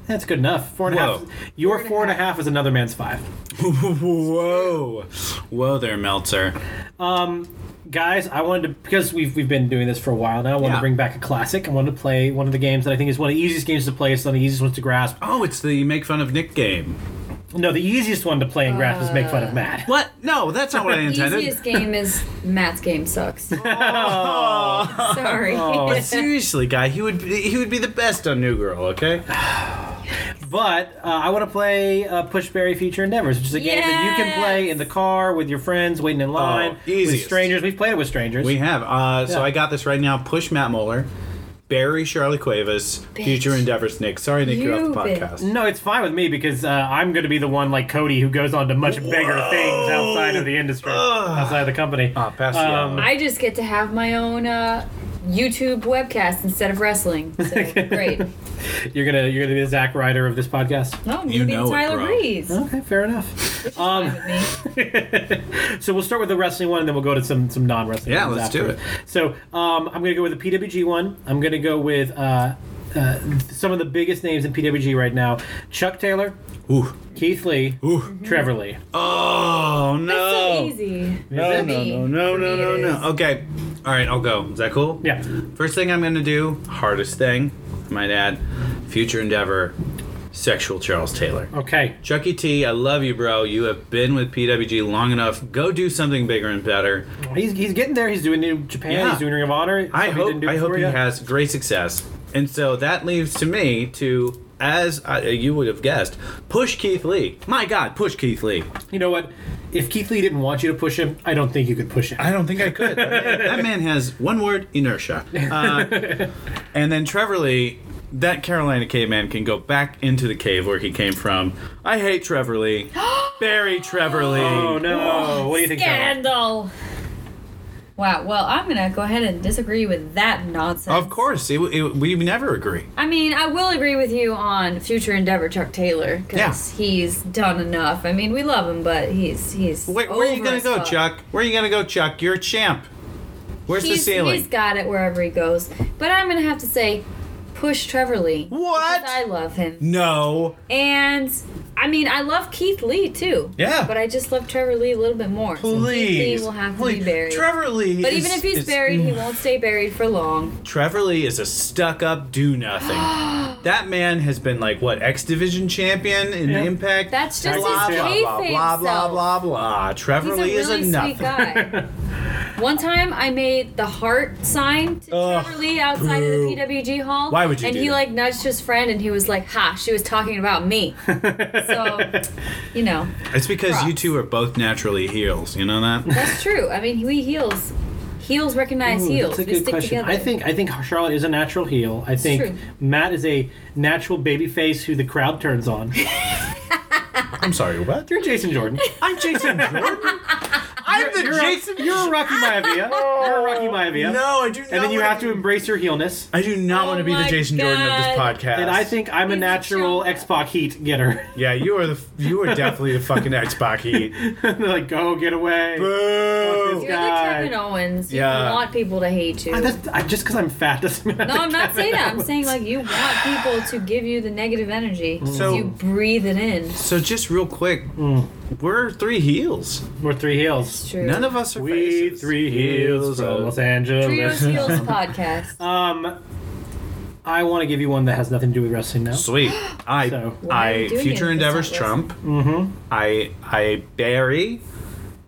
S2: That's good enough. Four and a half.
S3: Whoa.
S2: Your four and a half is another man's five.
S3: Whoa. Whoa there, Meltzer.
S2: guys, I wanted to because we've we've been doing this for a while now. I wanted
S3: Yeah.
S2: to bring back a classic. I wanted to play one of the games that I think is one of the easiest games to play. It's one of the easiest ones to grasp.
S3: Oh, it's the make fun of Nick game.
S2: No, the easiest one to play in graph is make fun of Matt.
S3: What? No, that's not what I intended.
S1: Easiest game is Matt's game sucks.
S3: Oh,
S1: Sorry.
S3: Seriously, guy, he would be, he would be the best on New Girl. Okay.
S2: But uh, I want to play uh, Push Berry Future Endeavors, which is a game that you can play in the car with your friends, waiting in line, with
S3: Oh, easiest.
S2: strangers. We've played it with strangers.
S3: We have. Uh, So
S2: Yeah.
S3: I got this right now. Push Matt Moeller, Barry Charlie Cuevas, Future Endeavors Nick. Sorry, Nick, you're off
S1: You
S3: the podcast.
S2: no, it's fine with me because uh, I'm going to be the one like Cody who goes on to much bigger things outside of the industry, outside of the company.
S3: Ah, pass the
S2: Um,
S3: olive.
S1: I just get to have my own uh, YouTube webcast instead of wrestling. So great.
S2: You're gonna you're gonna be the Zack Ryder of this podcast.
S1: No, I'm
S3: You
S1: gonna be
S3: know it,
S1: Oh, Tyler
S3: bro.
S1: Breeze.
S2: Okay, fair enough. Um,
S1: It's fine with me.
S2: So we'll start with the wrestling one, and then we'll go to some some non wrestling.
S3: Yeah, let's do
S2: So um, I'm gonna go with the PWG one. I'm gonna go with uh, uh, some of the biggest names in PWG right now: Chuck Taylor,
S3: Ooh.
S2: Keith Lee, Trevor Lee.
S3: Oh no.
S1: It's so easy.
S3: No,
S1: For me.
S3: no, no,
S1: For
S3: no,
S1: me
S3: no,
S1: it
S3: no.
S1: is.
S3: Okay. All right, I'll go. Is that cool?
S2: Yeah.
S3: First thing I'm going to do, hardest thing, I might add, future endeavor, sexual Charles Taylor.
S2: Okay.
S3: Chucky E. T, I love you, bro. You have been with PWG long enough. Go do something bigger and better.
S2: He's, he's getting there. He's doing New Japan.
S3: Yeah.
S2: He's doing Ring of Honor.
S3: I
S2: Something he didn't
S3: hope
S2: do
S3: I hope
S2: before
S3: he
S2: yet.
S3: has great success. And so that leaves to me to, as I, you would have guessed, push Keith Lee. My God, push Keith Lee.
S2: You know what? If Keith Lee didn't want you to push him, I don't think you could push him.
S4: I don't think I could.
S3: that man has one word inertia. Uh, and then Trevor Lee, that Carolina caveman can go back into the cave where he came from. I hate Trevor Lee. Barry Trevor Lee.
S2: oh no! What do you think? Tyler?
S1: Scandal. Wow. Well, I'm gonna go ahead and disagree with that nonsense.
S3: Of course, it, it, we never agree.
S1: I mean, I will agree with you on future endeavor Chuck Taylor because he's done enough. I mean, we love him, but he's he's.
S3: Wait, where are you
S1: over
S3: gonna
S1: as
S3: go,
S1: fuck.
S3: Chuck? Where are you gonna go, Chuck? You're a champ. Where's the
S1: He's,
S3: ceiling?
S1: he's got it wherever he goes. But I'm gonna have to say, push Trevor Lee.
S3: What?
S1: Because I love him,
S3: no.
S1: and I mean, I love Keith Lee too.
S3: Yeah.
S1: But I just love Trevor Lee a little bit more. So Keith
S3: Please.
S1: Lee will have to
S3: Please.
S1: be buried.
S3: Trevor Lee.
S1: but
S3: is-
S1: even if he's
S3: is- mm.
S1: buried, he won't stay buried for long.
S3: Trevor Lee is a stuck up do nothing. that man has been like what X Division champion in
S2: Yeah.
S3: Impact.
S1: That's just
S3: blah,
S1: his
S3: blah, blah,
S1: kayfabe
S3: blah, blah
S1: self.
S3: blah blah. Trevor
S1: He's a
S3: Lee
S1: really
S3: is a
S1: sweet
S3: nothing.
S1: guy. One time, I made the heart sign to
S3: Ugh,
S1: Trevor Lee outside
S3: boo.
S1: of the PWG hall.
S3: Why would you
S1: And
S3: do
S1: he
S3: that?
S1: like nudged his friend, and he was like, "Ha, she was talking about me." so, you know,
S3: It's because you
S1: Props.
S3: two are both naturally heels. You know that.
S1: that's true. I mean, we heels, heels recognize
S2: Ooh,
S1: heels.
S2: That's a
S1: we
S2: good
S1: stick
S2: question.
S1: together.
S2: I think I think Charlotte is a natural heel. I think
S1: true.
S2: Matt is a natural baby face who the crowd turns on.
S3: I'm sorry, what?
S2: You're Jason Jordan.
S3: I'm Jason Jordan. I'm the
S2: You're
S3: Jason.
S2: A, you're a Rocky Maivia. You're a Rocky Maivia.
S3: No, I do. Not
S2: And then you
S3: wanna
S2: have to
S3: be-
S2: embrace your heelness.
S3: I do not
S1: Oh
S3: want to be the
S1: my
S3: Jason Jordan of this
S1: God.
S3: podcast.
S2: And I think I'm a
S1: He's a
S2: natural
S1: chump.
S2: X Pac heat getter.
S3: yeah, you are the you are definitely the fucking Xbox heat.
S2: They're like, go get away.
S3: Boo.
S1: you're
S2: guy.
S1: like Kevin Owens. You
S3: Yeah. Ah,
S1: want people to hate you.
S2: I, that's, I, just because I'm fat doesn't mean.
S1: no, I'm not saying that. I'm saying like you want people to give you the negative energy.
S3: So-
S1: you breathe it in.
S3: So just real quick,
S2: Mm.
S3: we're three heels.
S2: We're three heels.
S1: True.
S3: None of us are
S2: We
S3: faces.
S2: three heels from Los Angeles.
S1: Trios Heels podcast.
S2: Um, I want to give you one that has nothing to do with wrestling now.
S3: Sweet. I
S2: So-
S1: Why are
S3: I
S1: we doing
S3: future
S1: it if it's
S3: endeavors
S1: not
S3: Trump. Mm-hmm. I I Barry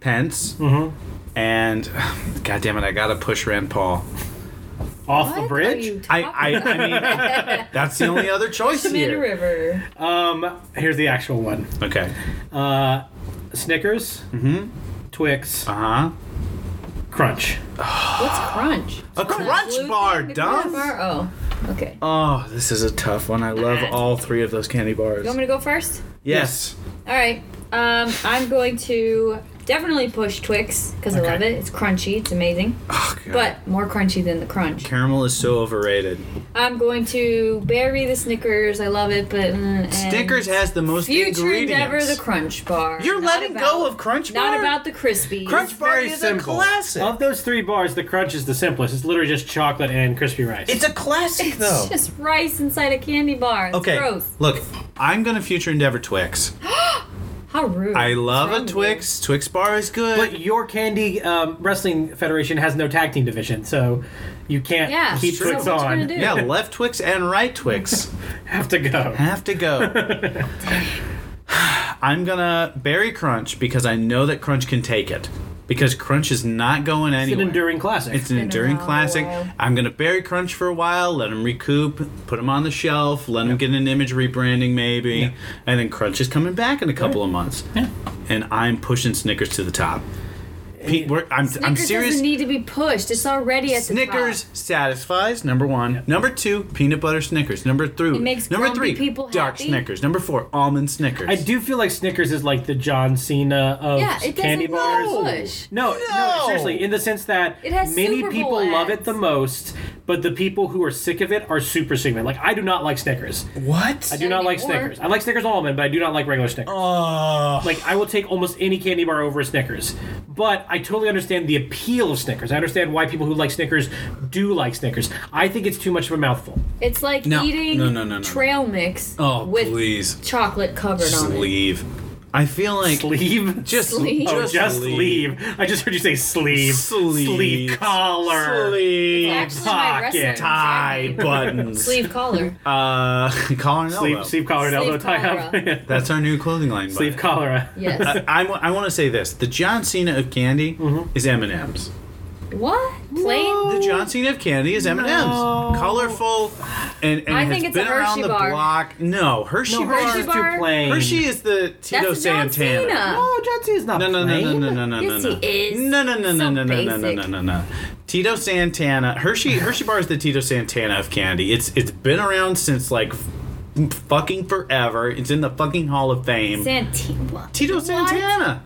S3: Pence. Mm-hmm. And God damn it, I gotta push Rand Paul.
S2: Off
S1: What
S2: the
S1: are
S2: bridge.
S1: you
S3: I
S1: talking
S3: I, I mean that's the only other choice
S1: Amanda
S3: here.
S1: River.
S2: Um, here's the actual one.
S3: Okay.
S2: Uh, Snickers, mm-hmm. Twix,
S3: Uh huh.
S2: Crunch.
S1: What's crunch?
S3: A crunch bar, dumb.
S1: Oh, okay. You
S3: Oh, this is a tough one. I love all three of those candy bars.
S1: want me to go first?
S3: Yes.
S1: All right. Um, I'm going to definitely push Twix because I love it. It's crunchy. It's amazing,
S3: Oh, God.
S1: but more crunchy than the crunch.
S3: caramel is so overrated.
S1: I'm going to bury the Snickers. I love it, but mm, and
S3: Snickers has the most
S1: Future
S3: ingredients.
S1: endeavor, the crunch bar.
S3: You're
S1: Not
S3: letting
S1: about-
S3: go of Crunch Bar.
S1: Not about the crispies.
S3: Crunch Bar is a classic.
S2: Of those three bars, the Crunch is the simplest. It's literally just chocolate and crispy rice.
S3: It's a classic though.
S1: It's just rice inside a candy bar. It's
S3: okay,
S1: gross.
S3: look, I'm gonna future endeavor Twix.
S1: How rude.
S3: I love
S1: What's wrong
S3: a
S1: with
S3: Twix. Twix bar is good.
S2: but your candy um, wrestling federation has no tag team division, so you can't
S1: Yeah,
S2: keep
S1: so
S2: Twix
S1: what you gonna
S2: on.
S1: do?
S3: yeah, left Twix and right Twix
S2: Have to go.
S3: have to go. I'm gonna bury Crunch because I know that Crunch can take it. Because Crunch is not going
S2: It's an
S3: anywhere.
S2: enduring classic.
S3: It's an
S1: been
S3: enduring
S1: around a
S3: classic.
S1: while.
S3: I'm gonna bury Crunch for a while, let him recoup, put him on the shelf, let him get an image rebranding maybe, and then Crunch is coming back in a couple of months.
S2: Yeah.
S3: And I'm pushing Snickers to the top. Pete, we're, I'm,
S1: Snickers
S3: I'm serious.
S1: doesn't need to be pushed. It's already at
S3: Snickers
S1: the top.
S3: satisfies number one. Number two, peanut butter Snickers. Number three,
S1: It makes
S3: number
S1: grumpy
S3: three,
S1: people
S3: dark
S1: happy.
S3: Snickers. Number four, almond Snickers.
S2: I do feel like Snickers is like the John Cena of
S1: Yeah, it doesn't
S2: candy bars.
S1: push.
S2: No, no,
S3: No.
S2: seriously, in the sense that
S1: It has
S2: many
S1: Super Bowl
S2: people love it
S1: ads.
S2: the most, but the people who are sick of it are super sick of it. Like I do not like Snickers.
S4: What?
S2: I do not like
S1: Anymore.
S2: Snickers. I like Snickers almond, but I do not like regular
S3: Oh.
S2: Snickers.
S1: Oh.
S2: Like I will take almost any candy bar over a Snickers. But I totally understand the appeal of Snickers. I understand why people who like Snickers do like Snickers. I think it's too much of a mouthful.
S1: It's like
S3: No,
S1: eating
S3: no, no, no, no.
S1: trail mix
S3: Oh,
S1: with
S3: please.
S1: chocolate covered
S3: Just
S1: on it.
S3: leave. I feel like
S2: Sleeve.
S3: just
S1: Sleeve.
S2: Oh,
S3: just,
S2: just
S3: leave.
S2: sleeve. I just heard you say sleeve.
S3: Sleeve.
S2: Sleeve collar.
S3: Sleeve.
S1: Actually, my
S2: Pocket
S1: wrestling
S3: tie
S1: jacket.
S3: buttons.
S1: sleeve collar.
S3: Uh, collar and elbow.
S2: Sleeve, sleeve collar and
S1: Sleeve
S2: elbow tie
S1: cholera.
S2: up.
S3: That's our new clothing line.
S2: sleeve
S3: button.
S2: cholera.
S1: Yes.
S3: I, want to say this: the John Cena of candy
S2: Mm-hmm.
S3: is M and M's.
S1: what? Plain?
S3: The John Cena of candy is M and M's. Colorful, and, and
S1: I
S3: has
S1: think it's a
S3: been around
S1: Hershey
S3: the
S1: bar.
S3: block. No, Hershey,
S2: No,
S1: Hershey
S2: Hershey's
S1: bar.
S2: too plain.
S3: Hershey is the Tito
S1: That's a John
S3: Santana.
S1: Cena.
S2: No, John Cena's Oh, not
S3: No, no, no,
S2: plain.
S3: no, no, no, no,
S1: Yes,
S3: no, no.
S1: he is.
S3: No, no, no,
S1: So
S3: no, no, no, no, no,
S1: basic.
S3: no, no, no. Tito Santana. Hershey Hershey Bar is the Tito Santana of candy. It's it's been around since like f- fucking forever. It's in the fucking Hall of Fame.
S1: Santina.
S3: Tito Santana,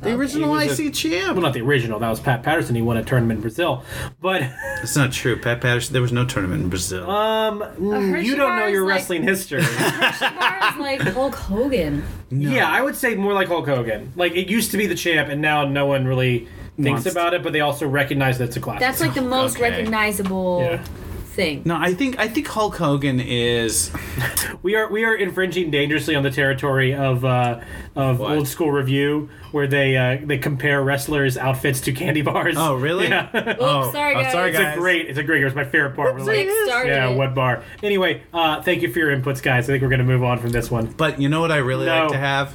S3: the original
S2: He Uh, was a-
S3: IC champ.
S2: Well, not the original. That was Pat Patterson. He won a tournament in Brazil. But
S3: That's not true. Pat Patterson. There was no tournament in Brazil.
S2: um,
S3: Mm,
S1: Hershey
S2: you don't
S1: bar
S2: know
S1: is
S2: your
S1: like-
S2: wrestling history.
S1: Hershey bar is like Hulk Hogan.
S2: Yeah, I would say more like Hulk Hogan. Like it used to be the champ, and now no one really thinks
S3: Wants to-
S2: about it. But they also recognize that it's a classic.
S1: That's like the most
S3: Okay.
S1: recognizable
S2: Yeah.
S1: thing.
S3: no, I think I think Hulk Hogan is.
S2: We are we are infringing dangerously on the territory of uh, of
S3: What?
S2: old school review where they uh, they compare wrestlers' outfits to candy bars.
S3: Oh, really?
S2: Yeah. it's
S3: Oh,
S1: sorry,
S3: oh, sorry,
S1: guys.
S3: guys.
S2: a great it's a great. It's my favorite part. We're
S1: Like,
S2: like,
S1: started
S2: yeah,
S1: it.
S2: what bar? Anyway, uh, thank you for your inputs, guys. I think we're gonna move on from this one.
S3: But you know what I really
S2: No.
S3: like to have?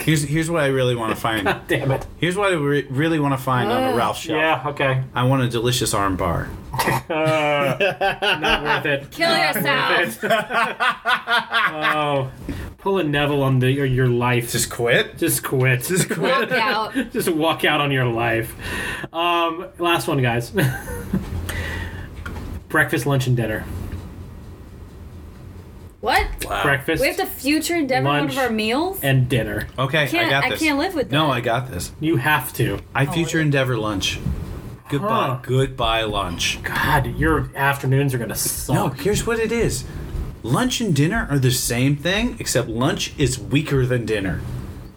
S3: Here's here's what I really want to find.
S2: Damn it.
S3: Here's what I re- really want to find
S1: Uh,
S3: on a Ralph shelf.
S2: Yeah. Okay.
S3: I want a delicious arm bar.
S2: Not worth it.
S1: Kill yourself.
S2: Oh, pull a Neville on the your, your life.
S4: Just quit?
S2: Just quit. Just quit.
S1: Walk out.
S2: Just walk out on your life. Um, last one, guys. Breakfast, lunch, and dinner.
S1: What?
S2: Breakfast
S1: We have to future endeavor
S2: Lunch.
S1: one of our meals?
S2: and dinner.
S3: Okay, I
S1: Can't-
S3: got
S1: I
S3: this.
S1: can't live with
S3: No,
S1: that.
S3: I got this.
S2: You have to.
S3: I future endeavor lunch. Goodbye.
S2: Huh.
S3: Goodbye lunch.
S2: God, your afternoons are gonna suck.
S3: No, here's what it is. Lunch and dinner are the same thing, except lunch is weaker than dinner.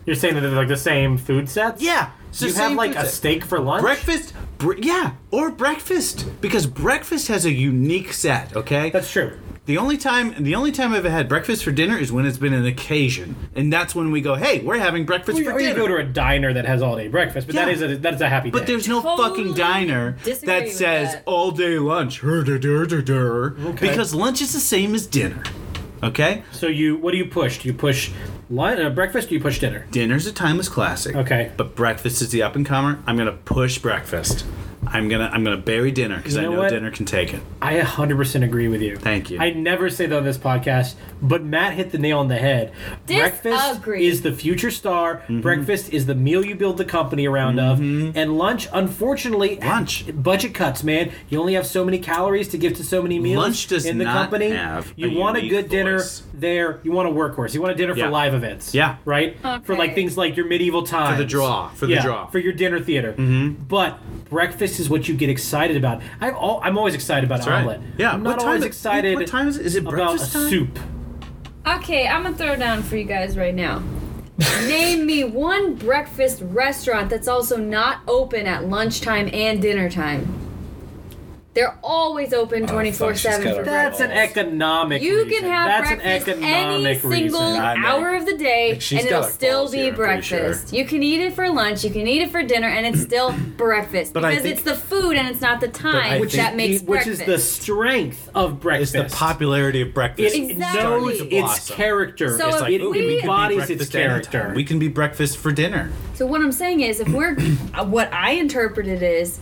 S2: You're saying that they're like the same food sets?
S3: Yeah. So
S2: you have like a steak for lunch.
S3: breakfast. Br- yeah, or breakfast because breakfast has a unique set. Okay.
S2: That's true.
S3: The only time the only time I've ever had breakfast for dinner is when it's been an occasion, and that's when we go, "Hey, we're having breakfast
S2: Or
S3: for
S2: you
S3: dinner."
S2: go to a diner that has all day breakfast, but
S3: Yeah.
S2: that is a that is a happy day.
S3: but there's no
S1: Totally
S3: fucking diner
S1: disagree
S3: that
S1: with
S3: says
S1: that.
S3: all day lunch because lunch is the same as dinner. Okay,
S2: so you what do you push? Do you push lunch, uh, breakfast? Do you push dinner?
S3: dinner's a timeless classic.
S2: Okay.
S3: but breakfast is the up and comer. I'm gonna push breakfast. I'm gonna I'm gonna bury dinner because
S2: You
S3: I
S2: know
S3: know
S2: what?
S3: dinner can take it.
S2: I 100% agree with you.
S3: Thank you.
S2: I never say that on this podcast, but Matt hit the nail on the head. Breakfast
S1: Disagree.
S2: is the future star.
S3: Mm-hmm.
S2: Breakfast is the meal you build the company around of. And lunch, unfortunately,
S3: Lunch.
S2: budget cuts, man. You only have so many calories to give to so many meals
S3: Lunch does
S2: in the
S3: not
S2: company.
S3: have
S2: you
S3: a
S2: want a
S3: unique
S2: good dinner
S3: voice.
S2: there. You want a workhorse. You want a dinner
S3: Yeah.
S2: for live events.
S3: Yeah.
S2: Right? For like
S1: Okay.
S2: things like your medieval times.
S3: draw, for the
S2: yeah,
S3: draw. Mm-hmm.
S2: For your dinner theater. But breakfast is what you get excited about. I've all, I'm always excited about
S3: That's right.
S2: omelet.
S3: Yeah.
S2: I'm
S3: what
S2: not
S3: time
S2: always
S3: is-
S2: excited.
S3: What time is it? Is it
S2: about
S3: breakfast
S2: a
S3: time?
S2: soup?
S1: Okay, I'm gonna throw down for you guys right now. Name me one breakfast restaurant that's also not open at lunchtime and dinner time. They're always open 24 7
S4: she's
S1: for
S4: got a-
S1: breakfast.
S2: That's an economic.
S1: You
S2: reason.
S1: can have
S2: That's
S1: breakfast
S2: an
S1: any
S2: economic reason.
S1: single
S4: I know.
S1: hour of the day,
S4: Like, she's
S1: and it'll
S4: got, like,
S1: still
S4: balls
S1: be
S4: here, I'm pretty sure.
S1: breakfast. You can eat it for lunch, you can eat it for dinner, and it's still breakfast
S3: But I
S1: because
S3: think-
S1: it's the food and it's not the time
S3: think-
S1: that makes
S2: which
S1: breakfast.
S2: is the strength of
S3: It's
S2: breakfast.
S3: the popularity of breakfast.
S2: It
S1: Exactly.
S2: knows
S1: Starting to
S2: its
S3: blossom.
S2: character.
S1: So It's like,
S2: it
S1: ooh, we can be
S2: embodies its
S3: breakfast at any time.
S2: character.
S3: We can be breakfast for dinner.
S1: so what I'm saying is, if we're uh, what I interpret it is,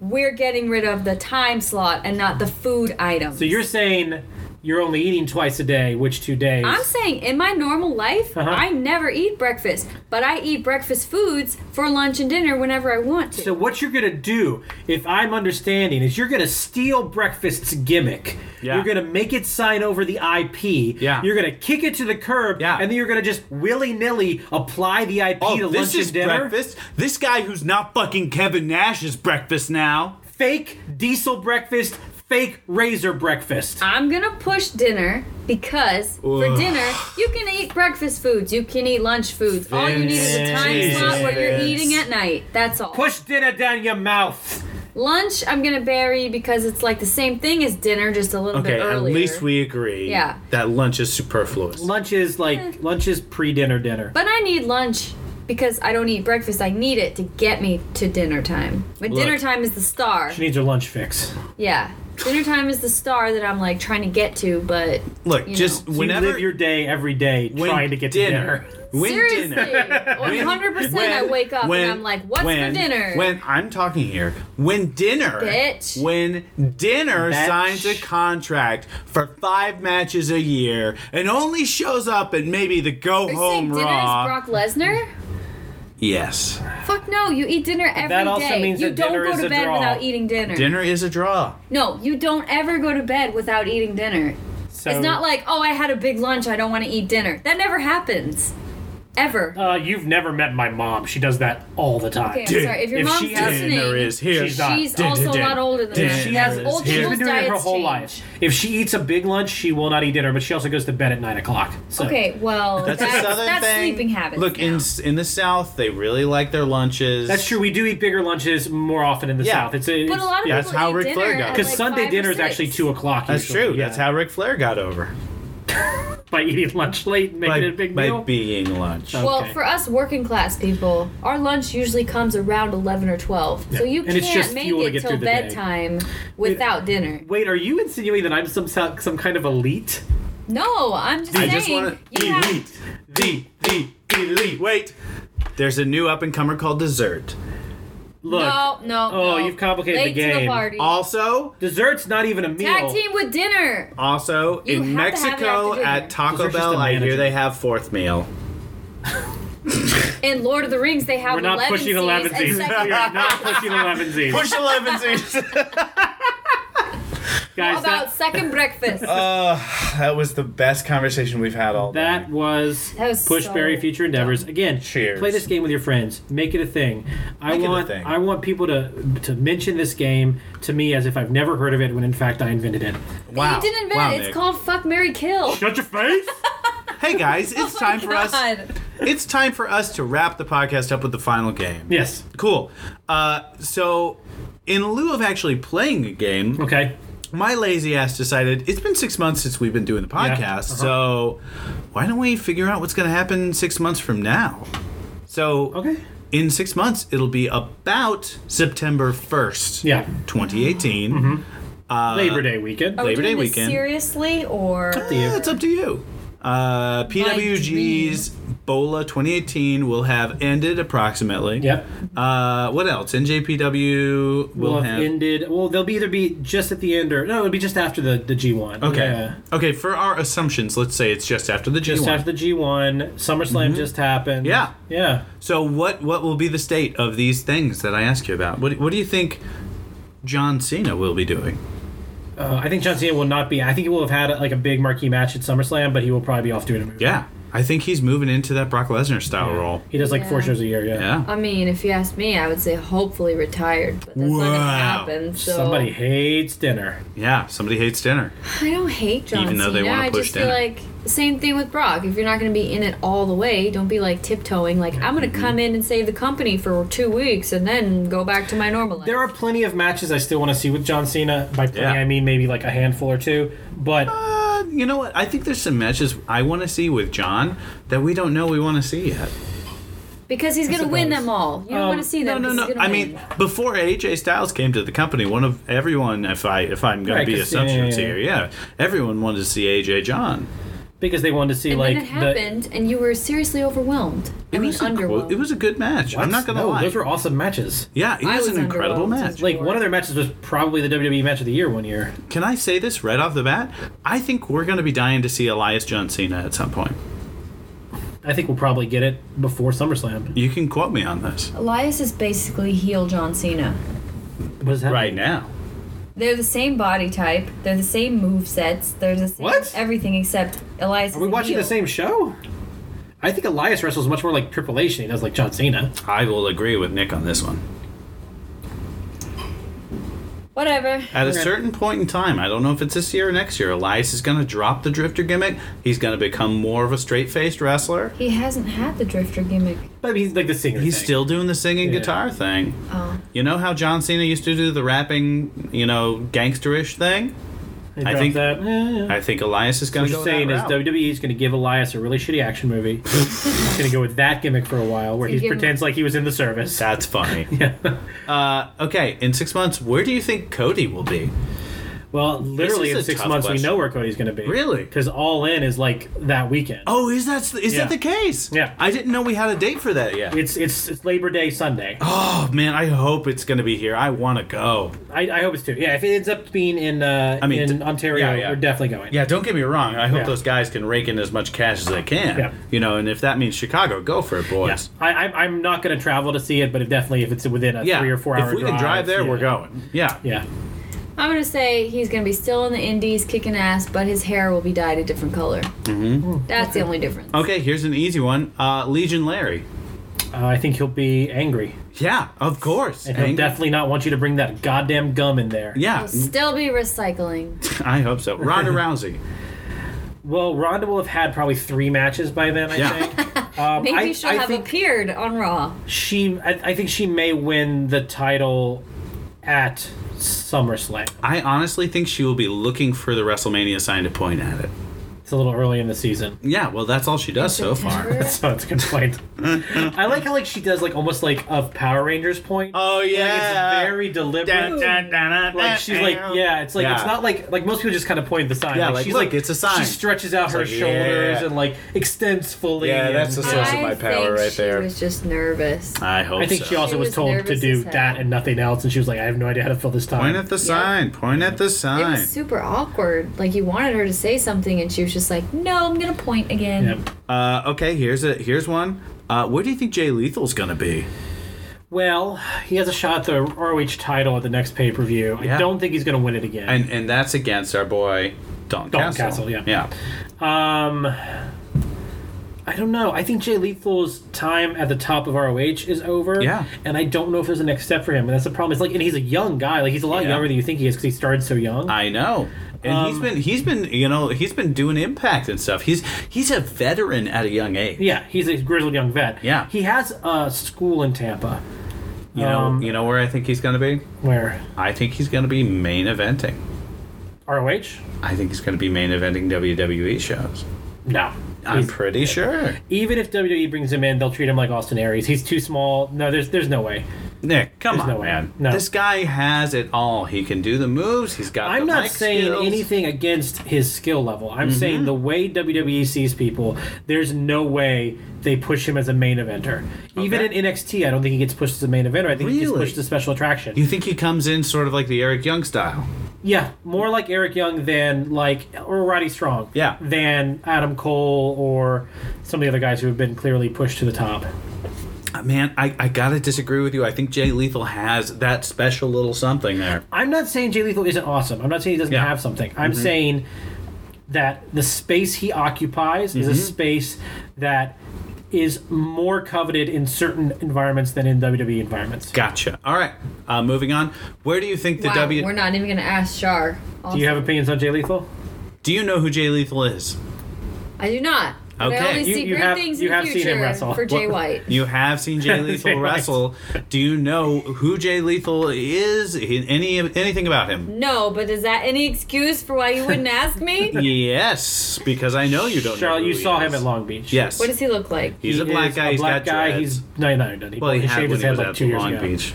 S1: we're getting rid of the time slot and not the food item.
S2: so you're saying you're only eating twice a day, which two days?
S1: I'm saying in my normal life,
S2: Uh-huh.
S1: I never eat breakfast, but I eat breakfast foods for lunch and dinner whenever I want to.
S2: So what you're gonna do, if I'm understanding, is you're gonna steal breakfast's gimmick.
S3: Yeah.
S2: You're gonna make it sign over the IP.
S3: Yeah.
S2: You're gonna kick it to the curb.
S3: Yeah.
S2: And then you're gonna just willy nilly apply the IP to
S3: Oh,
S2: lunch
S3: this is
S2: and dinner.
S3: breakfast. This guy who's not fucking Kevin Nash is breakfast now.
S2: Fake diesel breakfast. Fake razor breakfast.
S1: I'm gonna push dinner because for dinner you can eat breakfast foods, you can eat lunch foods. All you need is a time
S2: Vince.
S1: slot where you're eating at night. That's all.
S2: Push dinner down your mouth.
S1: Lunch I'm gonna bury because it's like the same thing as dinner, just a little
S3: Okay,
S1: bit
S3: at
S1: earlier.
S3: least we agree
S1: Yeah.
S3: that lunch is superfluous.
S2: Lunch is like
S1: Hmm.
S2: lunch is pre-dinner dinner.
S1: But I need lunch because I don't eat breakfast. I need it to get me to dinner time. But dinner time is the star.
S2: She needs her lunch fix.
S1: Yeah. Dinner time is the star that I'm like trying to get to, but
S3: Look,
S1: You
S3: just
S2: You
S3: whenever
S2: live your day every day
S3: when
S2: trying to get
S3: dinner,
S2: to dinner.
S3: When
S1: seriously,
S3: dinner.
S1: 100% I wake up and I'm like, what's
S3: when-
S1: for dinner?
S3: When I'm talking here, when dinner,
S1: Bitch.
S3: when dinner
S2: Bitch.
S3: signs a contract for five matches a year and only shows up at maybe the go
S1: You're saying
S3: home
S1: dinner
S3: raw.
S1: is Brock Lesnar?
S3: yes,
S1: Fuck no, you eat dinner every day.
S2: also means
S1: you
S2: that
S1: don't
S2: dinner
S1: go
S2: is
S1: to
S2: a
S1: bed
S2: draw.
S1: without eating dinner.
S3: dinner is a draw.
S1: No, you don't ever go to bed without eating dinner.
S2: So,
S1: it's not like, oh, I had a big lunch, I don't want to eat dinner. That never happens. Ever.
S2: uh, you've never met my mom. She does that all the time.
S1: okay, I'm sorry. If your
S2: if
S1: mom's
S2: she has
S1: listening,
S3: Dinner is here.
S2: She's not.
S1: she's
S3: Din-
S1: also
S3: din-
S1: a lot older than
S3: din-
S1: us.
S3: she
S1: She has
S3: is
S1: old
S3: here.
S2: She's
S1: people's
S2: been doing it her
S1: diets
S2: whole
S1: change.
S2: life. If she eats a big lunch, she will not eat dinner, but she also goes to bed at nine o'clock. So
S1: Okay, well, that's,
S3: That's, a southern
S1: that's
S3: thing.
S1: sleeping habits.
S3: Look in in the south, they really like their lunches.
S2: that's true. We do eat bigger lunches more often in the
S3: Yeah.
S2: south. It's a
S1: But a lot of
S3: Yeah, that's
S1: people
S3: how
S1: eat
S3: Ric Flair
S1: dinner
S3: got it.
S1: because
S2: because
S1: like
S2: Sunday
S1: five or
S2: dinner is actually
S1: six.
S2: two o'clock.
S3: That's
S2: usually,
S3: true.
S2: yeah.
S3: That's how Ric Flair got over
S2: by eating lunch late, and making
S3: by,
S2: it a big
S3: by
S2: deal. Oh.
S3: being lunch.
S1: Well,
S2: Okay.
S1: for us working class people, our lunch usually comes around eleven or twelve. So you
S2: And it's
S1: can't
S2: just
S1: make
S2: fuel to
S1: it
S2: get
S1: till
S2: through the day.
S1: bedtime without dinner.
S2: Wait, are you insinuating that I'm some some kind of elite?
S1: No, I'm just
S3: I
S1: saying.
S3: just wanna-
S1: you have-
S3: the the elite. Wait, there's a new up and comer called dessert.
S2: Look,
S1: no, no.
S2: Oh,
S1: no.
S2: you've complicated
S1: Late
S2: the
S1: To the
S2: game.
S1: party.
S3: Also,
S2: dessert's not even a meal.
S1: Tag team with dinner.
S3: also
S1: You
S3: in
S1: have to have it
S3: Mexico
S1: after dinner.
S3: at Taco
S2: Dessert's just
S3: Bell,
S2: a
S3: I hear
S2: manager.
S3: they have fourth meal.
S1: In Lord of the Rings, they have
S2: We're not
S1: 11
S2: pushing
S1: C's
S2: eleven
S1: and
S2: Z's. We
S1: second-
S2: are not pushing eleven Z's.
S3: Push eleven
S2: Guys,
S1: about
S2: that,
S1: second breakfast.
S3: Uh,
S4: That was the best conversation we've had all
S2: that
S4: day.
S2: was,
S1: That was
S2: Push
S1: so
S2: Berry Future Endeavors. Again,
S4: Cheers.
S2: play this game with your friends. Make it a thing. I
S4: Make it a
S2: want
S4: thing.
S2: I want people to to mention this game to me as if I've never heard of it when in fact I invented it.
S3: Wow.
S1: you didn't invent
S3: wow,
S1: it. It's
S3: Nick.
S1: called Fuck Mary Kill.
S2: Shut your face.
S3: Hey guys, it's time for us.
S1: Oh God.
S3: It's time for us to wrap the podcast up with the final game.
S2: yes.
S3: Cool. Uh, so, in lieu of actually playing a game,
S2: Okay.
S3: my lazy ass decided it's been six months since we've been doing the podcast,
S2: Yeah. Uh-huh.
S3: so why don't we figure out what's going to happen six months from now? So
S2: Okay.
S3: in six months, it'll be about September first, Uh,
S2: Yeah. Mm-hmm.
S3: 2018.
S2: Labor Day weekend.
S1: Are we
S3: Labor Day
S1: doing this
S3: weekend.
S1: Seriously, or
S3: Yeah, it's up to you. Uh, PWG's Bola 2018 will have ended approximately.
S2: Yep.
S3: Uh, what else? NJPW will
S2: We'll have
S3: have
S2: ended. Well, they'll be either be just at the end or no, it'll be just after the the G one.
S3: Okay.
S2: Yeah.
S3: Okay, for our assumptions, let's say it's just after the G1.
S2: Just after the G one, SummerSlam just happened.
S3: Yeah.
S2: Yeah.
S3: So what what will be the state of these things that I ask you about? What what do you think John Cena will be doing?
S2: Uh, I think John Cena will not be. I think he will have had like a big marquee match at SummerSlam, but he will probably be off doing a movie.
S3: Yeah, I think he's moving into that Brock Lesnar style role.
S2: He does like four
S1: Yeah.
S2: shows a year. Yeah.
S3: Yeah.
S1: I mean, if you ask me, I would say hopefully retired, but that's not gonna
S3: Wow.
S1: happen. So
S2: Somebody hates dinner.
S3: Yeah, somebody hates dinner.
S1: I don't hate John
S3: Even though they
S1: Cena.
S3: wanna
S1: I
S3: push
S1: just feel
S3: dinner.
S1: like same thing with Brock. If you're not going to be in it all the way, don't be like tiptoeing. Like I'm going to come in and save the company for two weeks and then go back to my normal life.
S2: There are plenty of matches I still want to see with John Cena. By plenty,
S3: Yeah.
S2: I mean maybe like a handful or two. But
S3: Uh, you know what? I think there's some matches I want to see with John that we don't know we want to see yet.
S1: because he's going to win
S2: suppose.
S1: them all. You don't
S2: Um,
S1: want to see them.
S3: No,
S1: 'cause
S3: no,
S1: he's
S3: no.
S1: gonna
S3: I
S1: win.
S3: mean, before AJ Styles came to the company, one of everyone, if I if I'm going
S2: Right,
S3: to be
S2: 'cause- yeah,
S3: assumptions
S2: yeah, yeah.
S3: here, yeah, everyone wanted to see AJ John.
S2: because they wanted to see
S1: and
S2: like
S1: then it
S2: the
S1: happened, and you were seriously overwhelmed. I
S3: It
S1: mean,
S3: was a cool-
S1: underwhelmed.
S3: it was a good match. I'm not going to
S2: No,
S3: lie.
S2: Those were awesome matches.
S3: yeah, it
S1: I
S3: was,
S1: was
S3: an incredible
S1: underwhelmed
S3: match.
S1: as
S2: Like
S1: Sure.
S2: one of their matches was probably the WWE match of the year one year.
S3: Can I say this right off the bat? I think we're going to be dying to see Elias John Cena at some point.
S2: I think we'll probably get it before SummerSlam.
S3: You can quote me on this.
S1: Elias is basically heel John Cena.
S2: What is that?
S3: Right now.
S1: They're the same body type. They're the same move sets. They're the same
S2: What?
S1: everything except Elias.
S2: Are we watching the same show? I think Elias wrestles much more like Triple H than he does like John Cena.
S3: I will agree with Nick on this one.
S1: Whatever.
S3: At a certain point in time, I don't know if it's this year or next year, Elias is going to drop the drifter gimmick. He's going to become more of a straight faced wrestler.
S1: He hasn't had the drifter gimmick.
S2: But he's like the singer.
S3: He's
S2: thing.
S3: still doing the singing
S2: Yeah.
S3: guitar thing.
S1: Oh.
S3: You know how John Cena used to do the rapping, you know, gangsterish thing?
S2: I
S3: think-
S2: think that. Yeah, yeah.
S3: I think Elias is going
S2: What
S3: to
S2: you're
S3: go
S2: saying
S3: that
S2: is
S3: route.
S2: WWE is going to give Elias a really shitty action movie. he's going to go with that gimmick for a while, where
S1: So
S2: he
S1: give him-
S2: pretends like he was in the service.
S3: That's funny. uh, okay, in six months, where do you think Cody will be?
S2: Well, literally
S3: is
S2: in
S3: a
S2: six
S3: tough
S2: months, we
S3: question.
S2: know where Cody's going to be.
S3: Really?
S2: Because All In is like that weekend.
S3: Oh, is that is
S2: Yeah.
S3: that the case?
S2: Yeah.
S3: I didn't know we had a date for that yet.
S2: It's, it's it's Labor Day Sunday.
S3: Oh man, I hope it's gonna be here. I want to go.
S2: I, I hope it's two. Yeah, if it ends up being in uh,
S3: I mean,
S2: in
S3: d-
S2: Ontario,
S3: yeah, yeah.
S2: we're definitely going.
S3: Yeah, don't get me wrong. I hope
S2: Yeah.
S3: those guys can rake in as much cash as they can.
S2: Yeah.
S3: You know, and if that means Chicago, go for it,
S2: Yeah.
S3: boys.
S2: I, I'm, I'm not going to travel to see it, but if definitely if it's within a
S3: Yeah.
S2: three or four hour
S3: If we
S2: drive,
S3: can drive there,
S2: yeah.
S3: we're going. Yeah.
S2: Yeah.
S1: I'm gonna say he's gonna be still in the indies, kicking ass, but his hair will be dyed a different color. Mm-hmm. That's the only difference.
S3: Okay, here's an easy one. Uh, Legion Larry.
S2: Uh, I think he'll be angry,
S3: Yeah, of course.
S2: and he'll
S3: Ang-
S2: definitely not want you to bring that goddamn gum in there.
S3: Yeah,
S1: Still be recycling.
S3: I hope so. Ronda Rousey.
S2: Well, Ronda will have had probably three matches by then. I
S3: Yeah.
S2: think. Um,
S1: Maybe
S2: I,
S1: she'll
S2: I
S1: have
S2: think
S1: appeared on Raw.
S2: she. I, I think she may win the title at SummerSlam.
S3: I honestly think she will be looking for the WrestleMania sign to point at it.
S2: It's a little early in the season.
S3: Yeah, well, that's all she does so far.
S1: September.
S2: So it's a good point. I like how like she does like almost like of Power Rangers point.
S3: Oh yeah,
S2: Like, it's very deliberate. Like she's like yeah, it's like it's
S3: Yeah.
S2: not like like most people just kind of point the sign.
S3: Yeah, like,
S2: she's
S3: look, it's a sign.
S2: She stretches out her
S3: like, yeah.
S2: shoulders and like extends fully.
S4: Yeah,
S2: and-
S4: that's the source of
S1: I
S4: my power
S1: think
S4: right
S1: she
S4: there.
S1: was just nervous.
S3: I hope.
S2: I think
S3: so.
S2: she also
S1: She
S2: was,
S1: was
S2: told to
S1: nervous
S2: do
S1: as hell.
S2: that and nothing else, and she was like, "I have no idea how to fill this time."
S3: Point at the sign. Point at the
S1: It
S3: sign.
S1: was super awkward. Like you wanted her to say something, and she was just like, "No, I'm gonna point again."
S2: Yep.
S3: Uh, okay, here's a here's one. Uh, where do you think Jay Lethal's gonna be?
S2: Well, he has a shot at the ROH title at the next pay per view.
S3: Yeah.
S2: I don't think he's going to win it again.
S3: And and that's against our boy Don,
S2: Don
S3: Castle.
S2: Castle, yeah.
S3: yeah.
S2: um, I don't know. I think Jay Lethal's time at the top of ROH is over.
S3: Yeah.
S2: and I don't know if there's a next step for him. And that's the problem. It's like, and he's a young guy. Like he's a lot
S3: Yeah. Uh,
S2: younger than you think he is because he started so young.
S3: I know. And
S2: Um,
S3: he's been he's been you know he's been doing impact and stuff. He's he's a veteran at a young age.
S2: yeah, he's a grizzled young vet.
S3: Yeah.
S2: he has a school in Tampa.
S3: You know
S2: Um,
S3: you know where I think he's gonna be.
S2: where
S3: I think he's gonna be main eventing.
S2: ROH?
S3: I think he's gonna be main eventing WWE shows.
S2: No.
S3: I'm
S2: He's-
S3: pretty sure.
S2: even if WWE brings him in, they'll treat him like Austin Aries. He's too small. No, there's there's no way.
S3: Nick, come
S2: There's
S3: on,
S2: no way.
S3: man.
S2: No.
S3: This guy has it all. He can do the moves. He's got.
S2: I'm
S3: the
S2: not
S3: mic
S2: saying
S3: skills. Mm-hmm.
S2: anything against his skill level. I'm saying the way WWE sees people, there's no way they push him as a main eventer. Even
S3: Okay.
S2: in NXT, I don't think he gets pushed as a main eventer. I think he gets
S3: Really?
S2: pushed as a special attraction.
S3: You think he comes in sort of like the Eric Young style?
S2: yeah, more like Eric Young than like or Roddy Strong.
S3: Yeah.
S2: Than Adam Cole or some of the other guys who have been clearly pushed to the top.
S3: Uh, Man, I, I gotta disagree with you. I think Jay Lethal has that special little something there.
S2: I'm not saying Jay Lethal isn't awesome. I'm not saying he doesn't
S3: Yeah. Mm-hmm.
S2: have something. I'm saying that the space he occupies is
S3: Mm-hmm.
S2: a space that is more coveted in certain environments than in WWE environments.
S3: Gotcha. All right. Uh, moving on. Where do you think the
S1: wow,
S3: W?
S1: we're not even gonna ask Char.
S2: Do you have opinions on Jay Lethal?
S3: Do you know who Jay Lethal is?
S1: I do not. But I
S3: Okay.
S1: only
S2: You-
S1: see
S2: you
S1: great
S2: have-
S1: things
S2: you
S1: in the
S2: have seen him
S1: future
S2: wrestle.
S1: for Jay
S3: Well,
S1: White.
S3: You have seen Jay
S2: Jay
S3: Lethal
S2: White.
S3: wrestle. Do you know who Jay Lethal is? Any anything about him?
S1: No, but is that any excuse for why you wouldn't ask me?
S3: Yes, because I know you don't. know
S2: Charlotte,
S3: who
S2: you
S3: he
S2: saw
S3: is.
S2: him at Long Beach.
S3: Yes,
S1: what does he look like?
S3: he's a black
S2: is
S3: guy.
S2: A
S3: He's
S2: black
S3: got
S2: guy.
S3: dreads.
S2: He's no, no, he didn't. He,
S3: well, he,
S2: he
S3: had
S2: shaved
S3: when
S2: his
S3: he
S2: head
S3: was
S2: like
S3: at
S2: two years
S3: Long
S2: ago.
S3: Beach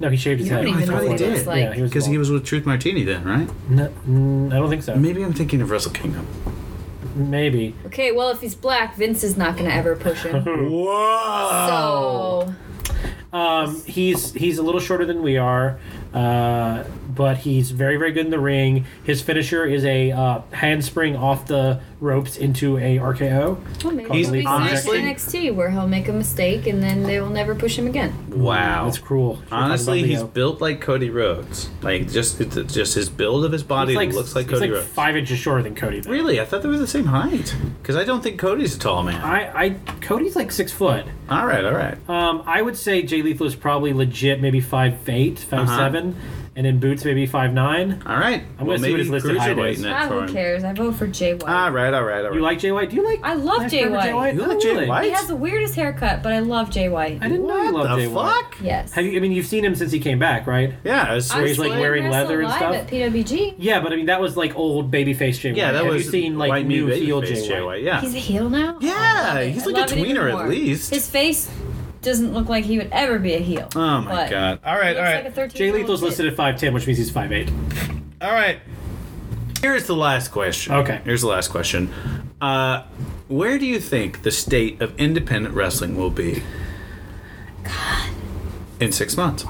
S2: No, he shaved his
S1: You
S2: head.
S1: don't even
S3: know what he
S2: before
S3: did.
S2: that. Yeah, he was
S3: because he
S2: bald.
S3: was with Truth Martini then, right?
S2: No, mm, I don't think so.
S3: Maybe I'm thinking of Wrestle Kingdom.
S2: Maybe.
S1: Okay, well, if he's black, Vince is not going to ever push him.
S3: Whoa!
S2: Oh.
S1: So,
S2: Um, he's he's a little shorter than we are, uh, but he's very very good in the ring. His finisher is a uh, handspring off the ropes into a RKO.
S1: well, maybe
S2: He's
S1: he'll be signed
S3: honestly-
S1: to NXT where he'll make a mistake and then they will never push him again.
S3: wow.
S2: That's cruel. We're talking
S3: Honestly,
S2: about
S3: he's
S2: Leo.
S3: built like Cody Rhodes. Like just it's- it's just his build of his body
S2: He's
S3: looks like
S2: he's
S3: Cody
S2: like
S3: Rhodes.
S2: Five inches shorter than Cody. Though.
S3: Really, I thought they were the same height. Because I don't think Cody's a tall man.
S2: I, I Cody's like six foot.
S3: all right, all right.
S2: Um, I would say Jay Lethal is probably legit, maybe five eight, five
S3: Uh-huh.
S2: seven, and in boots maybe five nine.
S3: All right.
S2: I'm
S3: well,
S2: gonna see what
S3: maybe
S2: his listed height
S3: cruiserweight
S2: is.
S3: in
S1: Ah,
S3: that for
S1: who
S3: him.
S1: cares? I vote for Jay White.
S3: All right, all right, all right.
S2: You like Jay White? Do you like?
S1: I love
S2: Nice
S1: Jay
S2: friend of
S1: White.
S3: You like Jay
S2: Really?
S3: White?
S1: he has the weirdest haircut, but I love Jay White.
S2: I didn't know you
S3: What
S2: loved
S3: the
S2: Jay White.
S3: fuck?
S1: Yes.
S2: Have you? I mean, you've seen him since he came back, right?
S3: Yeah, it's-
S1: I
S2: he's, like,
S1: saw
S2: wearing
S1: him
S2: leather and
S1: wrestle
S2: stuff?
S1: live at PWG.
S2: Yeah, but I mean that was like old babyface Jay White.
S3: yeah, that
S2: Have
S3: was
S2: you seen like
S3: white meat
S2: new
S3: baby
S2: heel
S3: face
S2: Jay, White?
S3: Yeah,
S1: He's a heel now?
S3: yeah,
S1: I
S3: he's like
S1: love
S3: a
S1: it even
S3: tweener
S1: more.
S3: at least.
S1: His face doesn't look like he would ever be a heel.
S3: oh my
S1: but
S3: god! All
S1: He
S3: right, all
S1: looks
S3: right,
S1: like a 13
S2: Jay Lethal's listed at five ten, which means he's five eight.
S3: all right. Here's the last question.
S2: Okay.
S3: Here's the last question. Uh, where do you think the state of independent wrestling will be? God. In six months.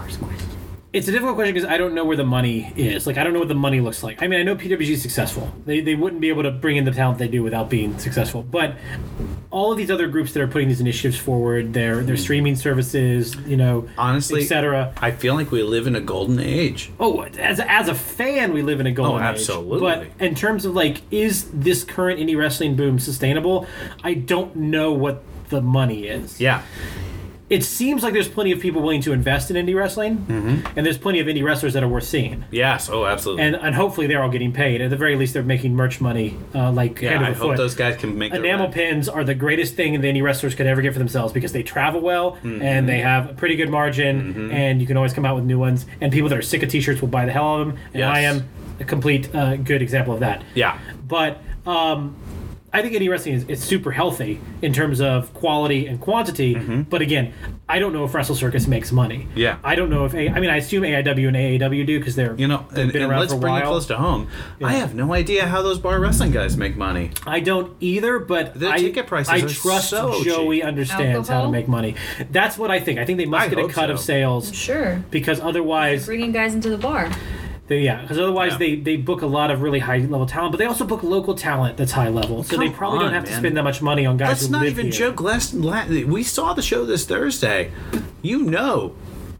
S2: It's a difficult question because I don't know where the money is. Like I don't know what the money looks like. I mean, I know PWG is successful. They they wouldn't be able to bring in the talent they do without being successful. But all of these other groups that are putting these initiatives forward, their their streaming services, you know,
S3: Honestly,
S2: etc.
S3: I feel like we live in a golden age.
S2: Oh, as a, as a fan, we live in a golden
S3: Oh,
S2: age.
S3: absolutely.
S2: But in terms of like, is this current indie wrestling boom sustainable? I don't know what the money is.
S3: Yeah.
S2: It seems like there's plenty of people willing to invest in indie wrestling,
S3: Mm-hmm.
S2: and there's plenty of indie wrestlers that are worth seeing.
S3: Yes. Oh, absolutely.
S2: And, and hopefully they're all getting paid. At the very least, they're making merch money. Uh, like hand
S3: yeah, I
S2: over
S3: hope
S2: foot.
S3: those guys can make their
S2: enamel
S3: run.
S2: pins are the greatest thing that any wrestlers could ever get for themselves because they travel well
S3: Mm-hmm.
S2: and they have a pretty good margin and you can always come out with new ones and people that are sick of t-shirts will buy the hell out of them and
S3: Yes.
S2: i am a complete uh, good example of that
S3: Yeah.
S2: but um, i think any wrestling is, is super healthy in terms of quality and quantity but again i don't know if wrestle circus makes money
S3: Mm-hmm. Yeah.
S2: i don't know if a i mean i assume aiw and aaw do because they're
S3: You know,
S2: they've
S3: and,
S2: been
S3: and
S2: around
S3: let's
S2: for a
S3: bring it
S2: while.
S3: close to home. I have no idea how those bar wrestling guys make money.
S2: I don't either, but
S3: Their
S2: I,
S3: ticket prices
S2: I
S3: are
S2: trust
S3: so
S2: Joey
S3: cheap.
S2: understands how
S1: Alcohol?
S2: to make money. That's what I think. I think they must
S3: I
S2: get a
S3: hope
S2: cut of
S3: so.
S2: sales
S1: Sure.
S2: because otherwise,
S1: Bringing guys into the bar.
S2: they, yeah, because otherwise
S3: Yeah.
S2: they, they book a lot of really high level talent, but they also book local talent that's high level, so they
S3: Come
S2: probably
S3: on,
S2: don't have to
S3: man.
S2: spend that much money on guys.
S3: Let's
S2: who
S3: not
S2: live
S3: even
S2: here.
S3: joke. Last, la we saw the show this Thursday. You know,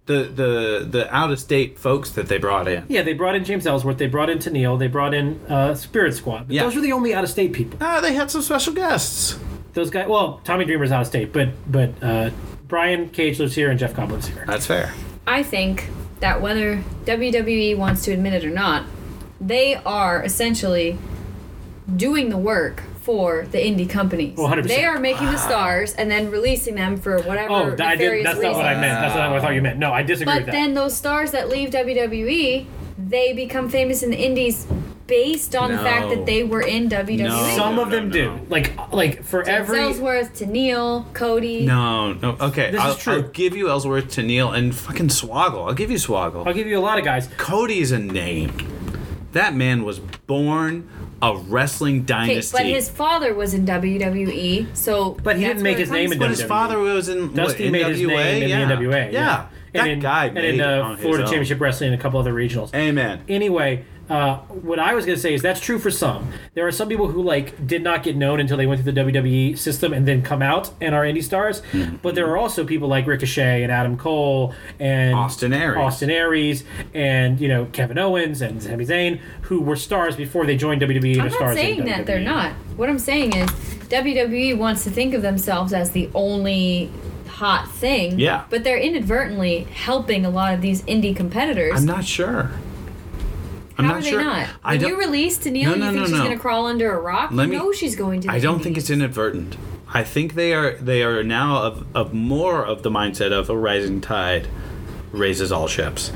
S3: the the the out of state folks that they brought in.
S2: Yeah, they brought in James Ellsworth, they brought in Tennille, they brought in uh, Spirit Squad. But
S3: Yeah.
S2: Those were the only out of state people.
S3: Ah, they had some special guests.
S2: Those guys, well, Tommy Dreamer's out of state, but but uh, Brian Cage lives here and Jeff Cobb lives here.
S3: That's fair.
S1: I think that whether WWE wants to admit it or not, they are essentially doing the work for the indie companies.
S2: Oh, 100%.
S1: They are making the stars and then releasing them for whatever
S2: Oh, that, I did,
S1: nefarious
S2: that's not what I
S1: reasons.
S2: meant. That's not what I thought you meant. No, I disagree with
S1: But
S2: that.
S1: then those stars that leave WWE, they become famous in the indies based on the fact
S3: No.
S1: that they were in E. WWE.
S3: No.
S2: Some of
S3: Oh, no,
S2: them
S3: no.
S2: do. Like uh, like for
S1: Every,
S2: every
S1: Ellsworth, Tennille, Cody.
S3: No, no. Okay,
S2: This is
S3: I'll,
S2: true.
S3: I'll give you Ellsworth, Tennille, and fucking Swoggle. I'll give you Swoggle.
S2: I'll give you a lot of guys.
S3: Cody is a name. That man was born a wrestling
S1: Okay,
S3: dynasty.
S1: but his father was in WWE, so
S2: But he
S1: that's
S2: didn't make
S1: where
S2: his
S1: it comes
S2: name in E.
S1: from.
S3: But his
S2: WWE.
S3: father was in
S2: Dusty
S3: what,
S2: made
S3: NWA?
S2: his name
S3: yeah.
S2: in the NWA.
S3: Yeah, that
S2: and in,
S3: guy
S2: and
S3: made
S2: in
S3: it
S2: uh,
S3: on his
S2: Florida
S3: own.
S2: Championship Wrestling and a couple other regionals.
S3: Amen.
S2: anyway, uh, what I was gonna say is that's true for some. There are some people who like did not get known until they went through the WWE system and then come out and are indie stars.
S3: Mm-hmm.
S2: But there are also people like Ricochet and Adam Cole and
S3: Austin Aries.
S2: Austin Aries, and you know Kevin Owens and Sami Zayn, who were stars before they joined WWE. and
S1: I'm
S2: are stars
S1: not
S2: in E.
S1: saying that they're
S2: WWE.
S1: not. What I'm saying is WWE wants to think of themselves as the only hot thing.
S3: Yeah.
S1: But they're inadvertently helping a lot of these indie competitors.
S3: I'm not sure. I'm
S1: How
S3: not
S1: are
S3: sure.
S1: they not?
S3: I
S1: When
S3: don't-
S1: you release Danielle,
S3: No, no,
S1: you think
S3: no,
S1: she's
S3: no.
S1: gonna crawl under a rock?
S3: Let
S1: you
S3: me-
S1: know she's going to.
S3: I don't think it's inadvertent. I think they are they are now of, of more of the mindset of a rising tide raises all ships.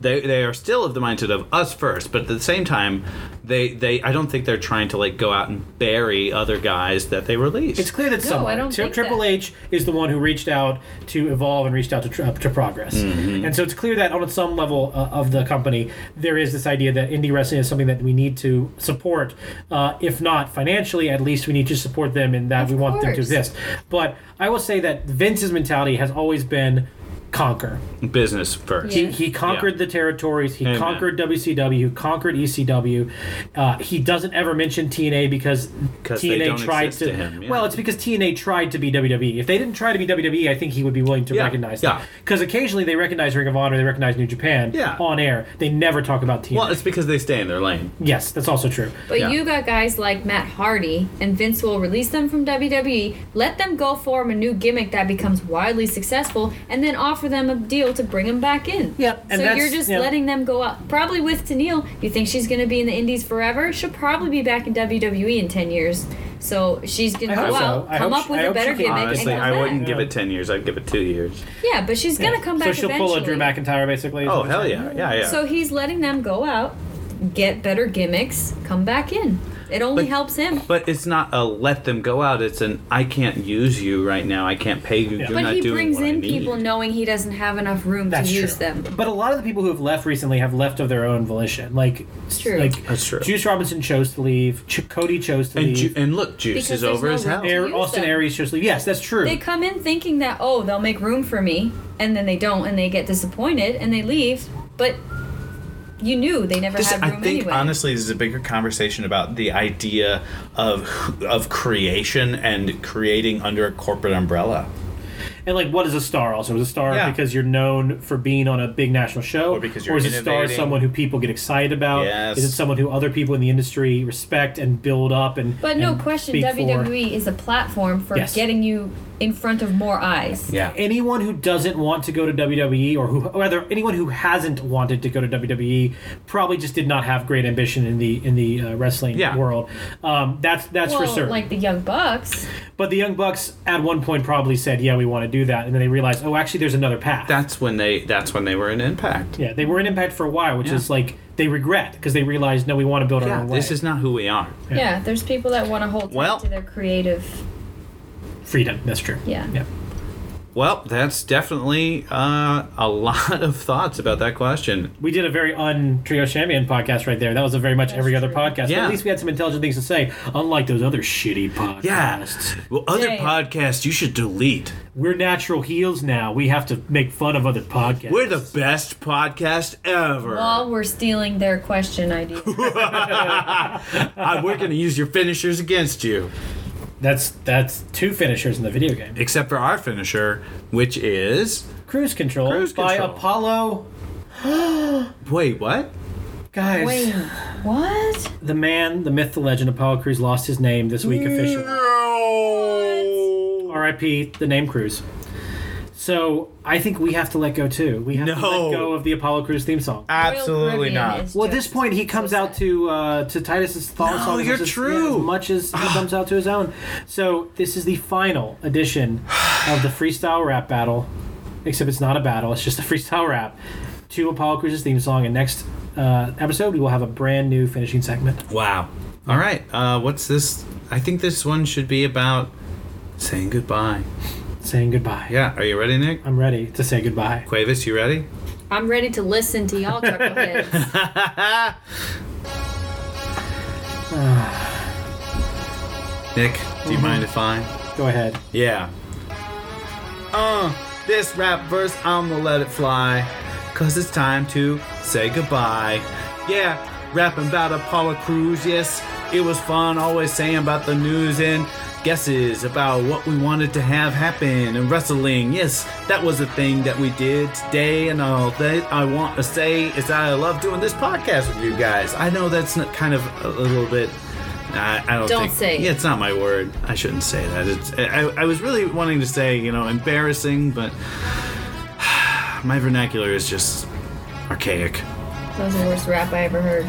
S3: They, they are still of the mindset of us first, but at the same time, they, they I don't think they're trying to like go out and bury other guys that they release.
S2: It's clear that
S1: No,
S2: someone,
S1: I don't
S2: Tri-
S1: think
S2: Triple
S1: that.
S2: H, is the one who reached out to evolve and reached out to, tr- uh, to progress. And so it's clear that on some level uh, of the company, there is this idea that indie wrestling is something that we need to support. Uh, if not financially, at least we need to support them in that
S1: Of
S2: we want them to
S1: course.
S2: exist. But I will say that Vince's mentality has always been conquer.
S3: business first.
S1: Yeah.
S2: He, he conquered the territories. He
S3: Amen.
S2: conquered WCW. Conquered ECW. Uh, he doesn't ever mention TNA because
S3: 'Cause
S2: TNA
S3: they don't
S2: tried
S3: exist to him, yeah.
S2: Well, it's because TNA tried to be WWE. If they didn't try to be WWE, I think he would be willing to
S3: Yeah,
S2: recognize.
S3: yeah.
S2: Because occasionally they recognize Ring of Honor. They recognize New Japan.
S3: Yeah.
S2: On air, they never talk about TNA.
S3: Well, it's because they stay in their lane.
S2: yes, that's also true.
S1: But
S3: Yeah.
S1: you got guys like Matt Hardy, and Vince will release them from WWE, let them go form a new gimmick that becomes widely successful, and then offer them a deal to bring them back in.
S2: Yep, and
S1: so
S2: that's-
S1: you're just
S2: yeah.
S1: letting them go up. Probably with Tennille, you think she's going to be in the Indies forever? She'll probably be back in WWE in 10 years. So she's going
S2: I
S1: to go
S2: hope so.
S1: out,
S2: I
S1: come
S2: hope
S1: up
S2: she-
S1: with
S2: I
S1: a
S2: hope she
S1: better
S2: can.
S1: gimmick,
S3: Honestly,
S1: and
S3: I
S1: come
S3: wouldn't
S1: back.
S3: give it 10 years. I'd give it 2 years.
S1: Yeah, but she's going to come back
S2: so she'll
S1: eventually.
S2: pull a Drew McIntyre basically.
S3: Oh, hell yeah. Yeah, yeah.
S1: So he's letting them go out, get better gimmicks, come back in. It only
S3: But-
S1: helps him.
S3: But it's not a let them go out. It's an I can't use you right now. I can't pay you. You're
S1: But
S3: not
S1: he
S3: doing
S1: brings
S3: what I
S1: in
S3: need.
S1: people knowing he doesn't have enough room
S2: That's
S1: to
S2: true.
S1: use them.
S2: But a lot of the people who have left recently have left of their own volition. Like,
S1: true.
S2: like
S3: That's true.
S2: Juice Robinson chose to leave. Ch- Cody chose to
S3: And,
S2: leave.
S3: ju- and look, juice
S1: Because
S3: is over
S1: there's
S3: as
S1: no
S3: hell.
S1: room.
S2: Air,
S1: use
S2: Austin
S1: them.
S2: Aries just leave. Yes, that's true.
S1: They come in thinking that, oh, they'll make room for me, and then they don't, and they get disappointed, and they leave. But you knew they never
S4: This,
S1: had
S4: I
S1: room
S4: think
S1: anyway.
S4: honestly, this is a bigger conversation about the idea of of creation and creating under a corporate umbrella.
S2: and like, what is a star? Also, is a star
S4: Yeah.
S2: because you're known for being on a big national show,
S4: Or because you're
S2: is a star
S4: innovating.
S2: someone who people get excited about?
S4: Yes.
S2: Is it someone who other people in the industry respect and build up and?
S1: but no
S2: and
S1: question, E
S2: speak for?
S1: WWE is a platform for
S2: Yes.
S1: getting you in front of more eyes.
S3: Yeah.
S2: Anyone who doesn't want to go to WWE, or who, or rather, anyone who hasn't wanted to go to WWE, probably just did not have great ambition in the in the uh, wrestling
S3: Yeah.
S2: world. Um, that's that's
S1: well,
S2: for certain.
S1: like the Young Bucks.
S2: but the Young Bucks at one point probably said, "Yeah, we want to do that," and then they realized, "Oh, actually, there's another path."
S3: that's when they that's when they were in impact.
S2: Yeah, they were in Impact for a while, which
S3: Yeah.
S2: is like they regret because they realized no, we want to build our
S3: Yeah,
S2: own way.
S3: this is not who we are.
S1: Yeah, there's people that want to hold tight
S3: Well-
S1: to their creative.
S2: freedom. That's true.
S1: Yeah.
S2: yeah.
S3: Well, that's definitely uh, a lot of thoughts about that question.
S2: We did a very un Trio Champion podcast right there. That was a very much every other podcast. But
S3: Yeah.
S2: at least we had some intelligent things to say, unlike those other shitty podcasts.
S3: Yeah. Well, other
S1: Damn.
S3: podcasts you should delete.
S2: We're natural heels now. We have to make fun of other podcasts.
S3: We're the best podcast ever.
S1: While we're stealing their question idea.
S3: Uh, we're going to use your finishers against you,
S2: that's that's two finishers in the video game.
S3: except for our finisher, which is
S2: Cruise control
S3: Cruise
S2: by
S3: Control.
S2: Apollo.
S3: wait, what?
S2: Guys,
S1: Wait, what?
S2: the man, the myth, the legend, Apollo Cruz lost his name this week officially.
S3: No.
S2: R.I.P. the name Cruise. So I think we have to let go too. We have to
S3: No.
S2: let go of the Apollo Cruise theme song.
S4: Absolutely
S1: Caribbean
S4: not.
S1: is
S2: well, at this
S1: just
S2: point, he comes
S1: so
S2: out
S1: sad.
S2: to uh, to Titus's thought
S3: No,
S2: song as
S3: you're
S2: much as-
S3: true.
S2: yeah, as much as he comes out to his own. So this is the final edition of the freestyle rap battle, except it's not a battle; it's just a freestyle rap to Apollo Cruz's theme song. And next uh, episode, we will have a brand new finishing segment.
S3: Wow. All right. Uh, what's this? I think this one should be about saying goodbye.
S2: saying goodbye.
S3: Yeah. Are you ready, Nick?
S2: I'm ready to say goodbye.
S3: Cuevas, you ready?
S1: I'm ready to listen to y'all chuckleheads.
S3: Nick, do you mind if I?
S2: Go ahead.
S3: Yeah. Uh, this rap verse, I'm gonna let it fly. Cause it's time to say goodbye. Yeah, rapping about Apollo Crews, yes, it was fun. Always saying about the news and guesses about what we wanted to have happen and wrestling. Yes, that was a thing that we did today. And all that I want to say is I love doing this podcast with you guys. I know that's not kind of a little bit. I, I don't,
S1: Don't
S3: think,
S1: say it.
S3: Yeah, it's not my word. I shouldn't say that. It's, I, I was really wanting to say, you know, embarrassing, but my vernacular is just archaic.
S1: That was the worst rap I ever heard.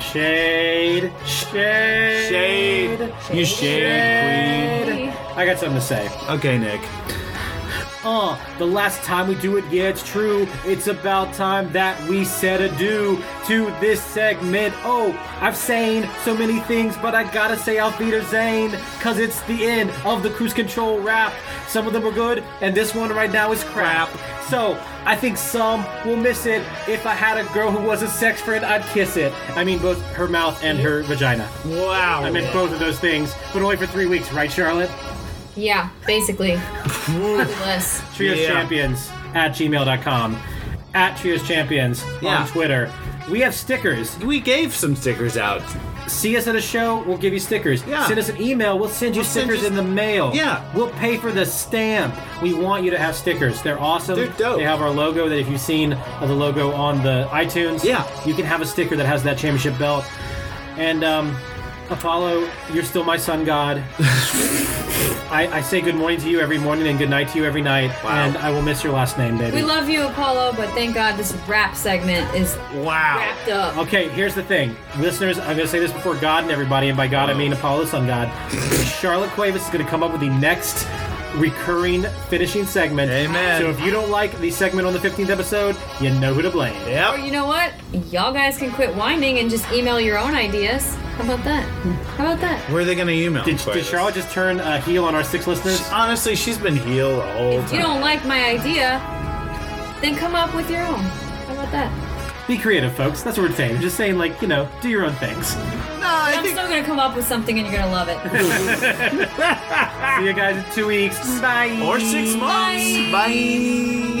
S2: Shade. Shade.
S3: Shade. You shade, queen.
S1: Hey.
S2: I got something to say.
S3: Okay, Nick.
S2: Uh, the last time we do it, yeah, it's true. It's about time that we said adieu to this segment. Oh, I've saying so many things, but I gotta say Auf Wiedersehen, cause it's the end of the cruise control rap. Some of them were good, and this one right now is crap. So, I think some will miss it. If I had a girl who was a sex friend, I'd kiss it. I mean, both her mouth and her vagina.
S3: Wow.
S2: I meant both of those things, but only for three weeks, right, Charlotte?
S1: Yeah, basically. Probably less.
S2: Trios
S3: Yeah.
S2: Champions at gmail.com, at Trios Champions
S3: Yeah.
S2: on Twitter. We have stickers.
S3: we gave some stickers out.
S2: See us at a show, we'll give you stickers.
S3: Yeah.
S2: Send us an email, we'll send you
S3: send
S2: stickers
S3: you-
S2: in the mail.
S3: Yeah.
S2: We'll pay for the stamp. We want you to have stickers. They're awesome.
S3: They're dope.
S2: They have our logo that if you've seen uh, the logo on the iTunes,
S3: Yeah.
S2: you can have a sticker that has that championship belt. And um, Apollo, you're still my sun god. I, I say good morning to you every morning and good night to you every night.
S3: Wow.
S2: And I will miss your last name, baby.
S1: We love you, Apollo, but thank God this rap segment is
S3: Wow.
S1: wrapped up.
S2: Okay, here's the thing. Listeners, I'm going to say this before God and everybody, and by God I mean Apollo Sun God. Charlotte Cuevas is going to come up with the next recurring finishing segment.
S3: Amen.
S2: So if you don't like the segment on the 15th episode, you know who to blame.
S1: Or
S3: Yep.
S1: Oh, you know what? Y'all guys can quit whining and just email your own ideas. How about that? How about that?
S3: Where are they gonna email?
S2: Did,
S3: for
S2: did
S3: us?
S2: Charlotte just turn a heel on our six listeners?
S3: Honestly, she's been heel the whole
S1: If you
S3: time.
S1: don't like my idea, then come up with your own. How about that?
S2: Be creative, folks. That's what we're saying. We're just saying, like, you know, do your own things.
S3: No, I
S1: I'm
S3: think.
S1: still gonna come up with something and you're gonna love it.
S2: See you guys in two weeks. Bye.
S3: Or six months. Bye.